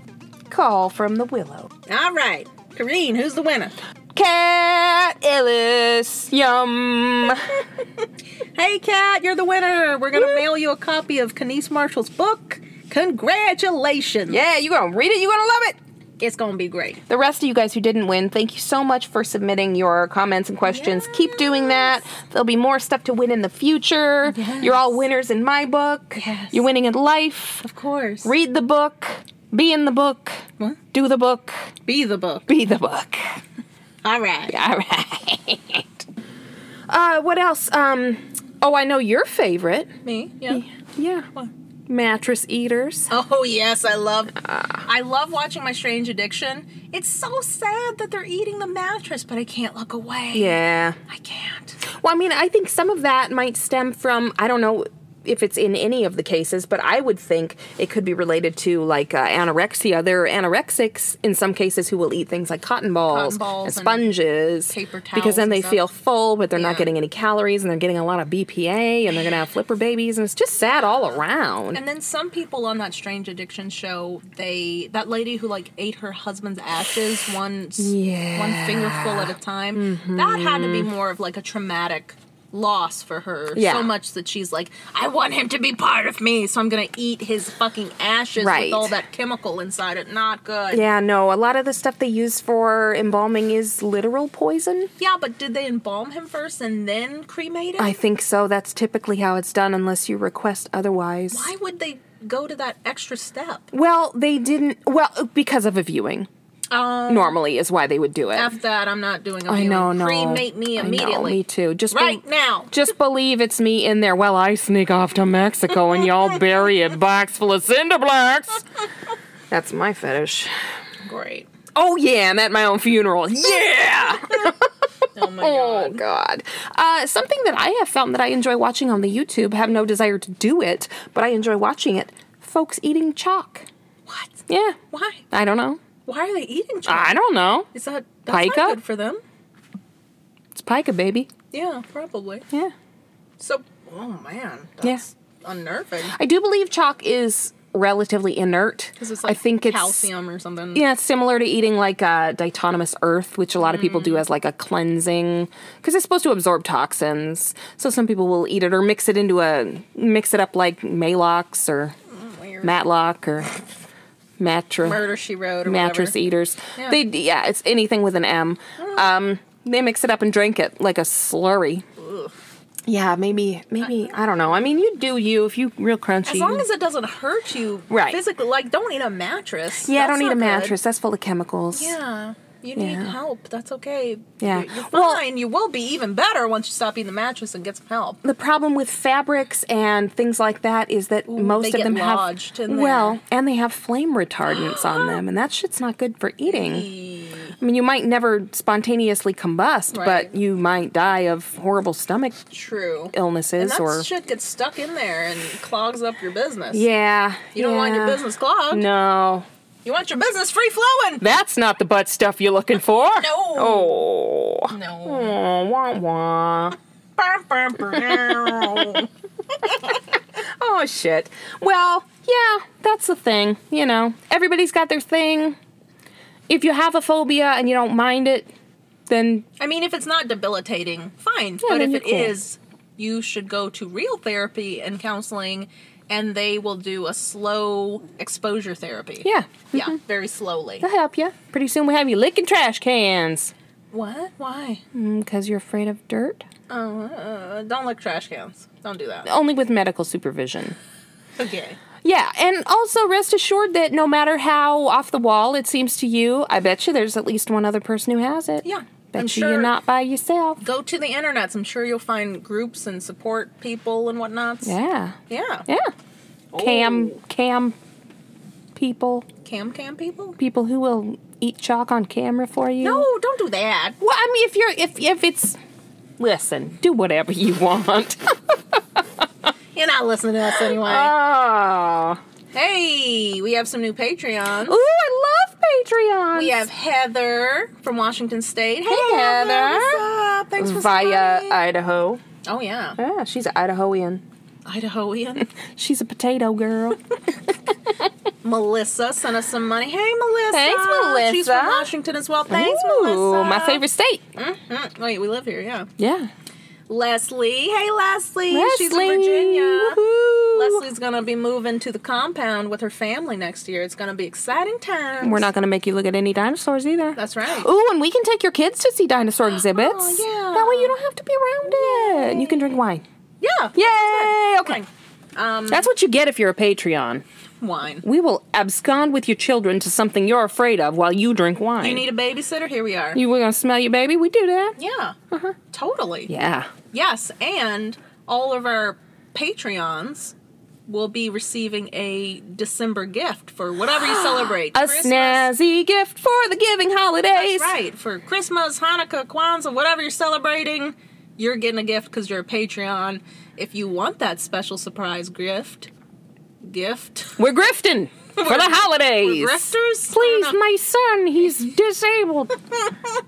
S1: Call from the Willow.
S2: All right, Kareen, who's the winner?
S1: Cat Ellis. Yum.
S2: Hey, Kat, you're the winner. We're going to mail you a copy of Kenise Marshall's book. Congratulations.
S1: yeah, you gonna read it. you gonna love it.
S2: It's going to be great.
S1: The rest of you guys who didn't win, thank you so much for submitting your comments and questions. Keep doing that. There'll be more stuff to win in the future. You're all winners in my book.
S2: Yes.
S1: You're winning in life.
S2: Of course.
S1: Read the book. Be in the book.
S2: What?
S1: Do the book.
S2: Be the book.
S1: Be the book.
S2: All right.
S1: All right. Uh, what else? Um, oh, I know your favorite.
S2: Me? Yeah.
S1: Yeah. Mattress eaters.
S2: Oh, yes, I love
S1: Ah.
S2: I love watching My Strange Addiction. It's so sad that they're eating the mattress, but I can't look away.
S1: Yeah.
S2: I can't.
S1: Well, I mean, I think some of that might stem from I don't know if it's in any of the cases, but I would think it could be related to like uh, anorexia. There are anorexics in some cases who will eat things like cotton
S2: Cotton
S1: balls,
S2: balls
S1: and
S2: and
S1: sponges
S2: paper
S1: because
S2: towels
S1: then
S2: and
S1: they
S2: stuff.
S1: feel full, but they're not
S2: Yeah.
S1: getting any calories and they're getting a lot of BPA and they're gonna have flipper babies and it's just sad all around.
S2: And then some people on that Strange Addiction show, they that lady who like ate her husband's ashes one s- one fingerful at a time.
S1: Mm-hmm.
S2: That had to be more of like a traumatic loss for her.
S1: Yeah.
S2: So much that she's like, I want him to be part of me, so I'm gonna eat his fucking ashes
S1: Right.
S2: with all that chemical inside it. Not good.
S1: yeah, no, a lot of the stuff they use for embalming is literal poison.
S2: Yeah, but did they embalm him first and then cremate him?
S1: I think so. That's typically how it's done unless you request otherwise.
S2: Why would they go to that extra step?
S1: Well, they didn't. Well, because of a viewing.
S2: Um,
S1: Normally is why they would do it.
S2: F that, I'm not doing a
S1: I know,
S2: viewing.
S1: no.
S2: Cremate me
S1: I know,
S2: immediately.
S1: me too. Just
S2: Right
S1: bel-
S2: now.
S1: Just believe it's me in there while I sneak off to Mexico and y'all bury a box full of cinder blocks. That's my fetish.
S2: Great.
S1: Oh yeah, I'm at my own funeral. Yeah.
S2: Oh my
S1: Oh
S2: god.
S1: God! Uh, something that I have found that I enjoy watching on the YouTube. Have no desire to do it, but I enjoy watching it. Folks eating chalk.
S2: What?
S1: Yeah.
S2: Why?
S1: I don't know.
S2: Why are they eating chocolate?
S1: I don't know.
S2: Is that that's not
S1: Pica?
S2: good for them?
S1: It's pica, baby.
S2: Yeah, probably.
S1: Yeah.
S2: So, oh man,
S1: Yeah.
S2: that's unnerving.
S1: I do believe chalk is relatively inert.
S2: Because it's
S1: I
S2: like
S1: think it's
S2: calcium or something.
S1: Yeah, it's similar to eating like a diatonomous earth, which a lot of people
S2: Mm.
S1: do as like a cleansing, because it's supposed to absorb toxins. So some people will eat it or mix it into a mix it up like Malox or
S2: Mm, Weird.
S1: Matlock or Matra
S2: Murder she wrote or
S1: mattress
S2: whatever.
S1: eaters. They yeah, it's anything with an M.
S2: Mm.
S1: Um, they mix it up and drink it like a slurry. Yeah, maybe maybe I don't know. I mean, you do you if you real crunchy.
S2: As long as it doesn't hurt you
S1: Right.
S2: physically, like don't eat a mattress.
S1: yeah, I don't
S2: That's
S1: need a
S2: not good.
S1: mattress. That's full of chemicals.
S2: Yeah. You need
S1: Yeah.
S2: help. That's okay.
S1: Yeah.
S2: You're, you're
S1: Well-
S2: fine. you will be even better once you stop eating the mattress and get some help.
S1: the problem with fabrics and things like that is that most
S2: they
S1: of
S2: get
S1: them
S2: lodged
S1: have
S2: in there.
S1: well, and they have flame retardants on them, and that shit's not good for eating. I mean, you might never spontaneously combust,
S2: Right.
S1: but you might die of horrible stomach
S2: True. and
S1: illnesses
S2: that
S1: or
S2: shit gets stuck in there and clogs up your business.
S1: yeah.
S2: You don't want your
S1: yeah.
S2: business clogged.
S1: No,
S2: You want your business free flowing.
S1: that's not the butt stuff you're looking for.
S2: No.
S1: Oh.
S2: No.
S1: Oh, wah wah.
S2: Bum, bum, bum.
S1: Oh shit. Well, yeah, that's the thing. You know, everybody's got their thing. If you have a phobia and you don't mind it, then
S2: I mean, if it's not debilitating, fine. but
S1: then
S2: if
S1: you're
S2: it is,
S1: cool.
S2: you should go to real therapy and counseling, and they will do a slow exposure therapy.
S1: yeah, Mm-hmm.
S2: Yeah, very slowly.
S1: they'll help you. Pretty soon we'll have you licking trash cans
S2: What? Why?
S1: because you're afraid of dirt.
S2: Uh, don't lick trash cans. Don't do that.
S1: Only with medical supervision.
S2: Okay.
S1: Yeah, and also rest assured that no matter how off the wall it seems to you, I bet you there's at least one other person who has it.
S2: Yeah,
S1: Bet
S2: I'm
S1: you
S2: sure.
S1: you're not by yourself.
S2: Go to the internets. I'm sure you'll find groups and support people and whatnots.
S1: Yeah.
S2: Yeah.
S1: Yeah. Cam cam people.
S2: Cam cam people?
S1: people who will eat chalk on camera for you.
S2: No, don't do that.
S1: Well, I mean, if you're if if it's listen, do whatever you want.
S2: You're not listening to us anyway.
S1: oh.
S2: hey, we have some new Patreons.
S1: Ooh, I love Patreon.
S2: We have Heather from Washington State. Hey,
S1: Heather.
S2: What's up? Thanks for
S1: via uh,
S2: stopping.
S1: Idaho.
S2: oh yeah,
S1: Yeah, she's an Idahoan.
S2: Idahoan.
S1: She's a potato girl.
S2: Melissa sent us some money. Hey, Melissa.
S1: Thanks, Melissa.
S2: She's from Washington as well. Thanks,
S1: Ooh,
S2: Melissa.
S1: my favorite state.
S2: Mm, wait, we live here. Yeah.
S1: Yeah.
S2: Leslie. Hey, Leslie. She's in
S1: Leslie,
S2: Virginia.
S1: woohoo.
S2: Leslie's gonna be moving to the compound with her family next year. It's gonna be exciting times.
S1: We're not going to make you look at any dinosaurs either.
S2: That's right. Oh,
S1: Ooh, and we can take your kids to see dinosaur exhibits.
S2: yeah.
S1: That way you don't have to be around it. You can drink wine.
S2: Yeah.
S1: Yay! Okay.
S2: Wine. Um,
S1: That's what you get if you're a Patreon.
S2: wine.
S1: We will abscond with your children to something you're afraid of while you drink wine.
S2: You need a babysitter? Here we are.
S1: You were gonna smell your baby? We do that.
S2: yeah. Totally.
S1: Uh-huh. Yeah.
S2: Yes, and all of our Patreons will be receiving a December gift for whatever you celebrate.
S1: A snazzy gift for the giving holidays.
S2: That's right. For Christmas, Hanukkah, Kwanzaa, whatever you're celebrating, you're getting a gift because you're a Patreon. If you want that special surprise gift, gift.
S1: We're grifting for the holidays.
S2: Grifters?
S1: Please, my son, he's disabled.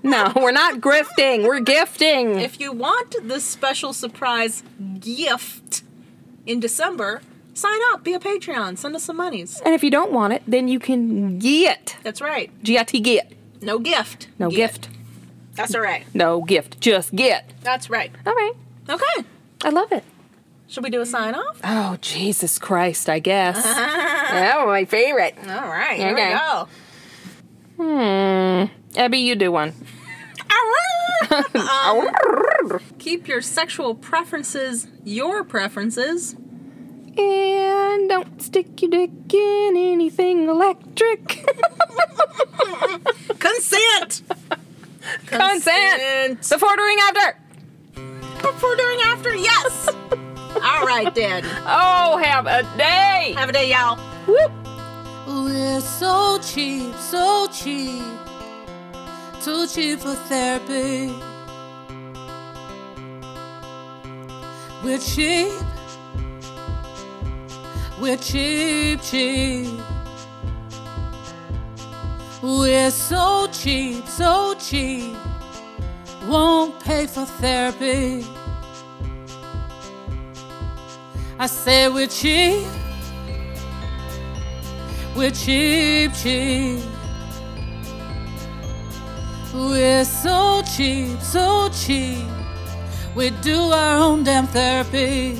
S1: no, we're not grifting. We're gifting.
S2: If you want this special surprise gift in December, sign up, be a Patreon, send us some monies.
S1: and if you don't want it, then you can get.
S2: That's right.
S1: G-I-T get.
S2: No gift.
S1: No
S2: Get.
S1: gift.
S2: That's all right.
S1: No gift. Just get.
S2: That's right.
S1: All right.
S2: Okay.
S1: I love it.
S2: Should we do a sign off?
S1: Oh, Jesus Christ, I guess. oh, my favorite.
S2: All right. Here
S1: Okay.
S2: we go.
S1: Hmm. Abby, you do one.
S2: Uh, Keep your sexual preferences your preferences.
S1: And don't stick your dick in anything electric.
S2: Consent.
S1: Consent. Before, during, after.
S2: Before, during, after. Yes. All right, then.
S1: Oh, have a day.
S2: Have a day, y'all.
S1: Whoop.
S3: We're so cheap, so cheap, too cheap for therapy. We're cheap, we're cheap, cheap. We're so cheap, so cheap, won't pay for therapy. I say we're cheap, we're cheap, cheap. We're so cheap, so cheap. We do our own damn therapy.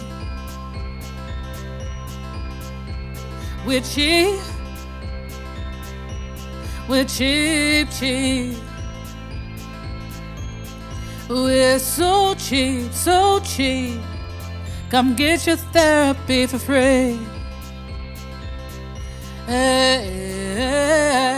S3: We're cheap, we're cheap, cheap. We're so cheap, so cheap. Come get your Eh, therapy for free. Hey, hey, hey.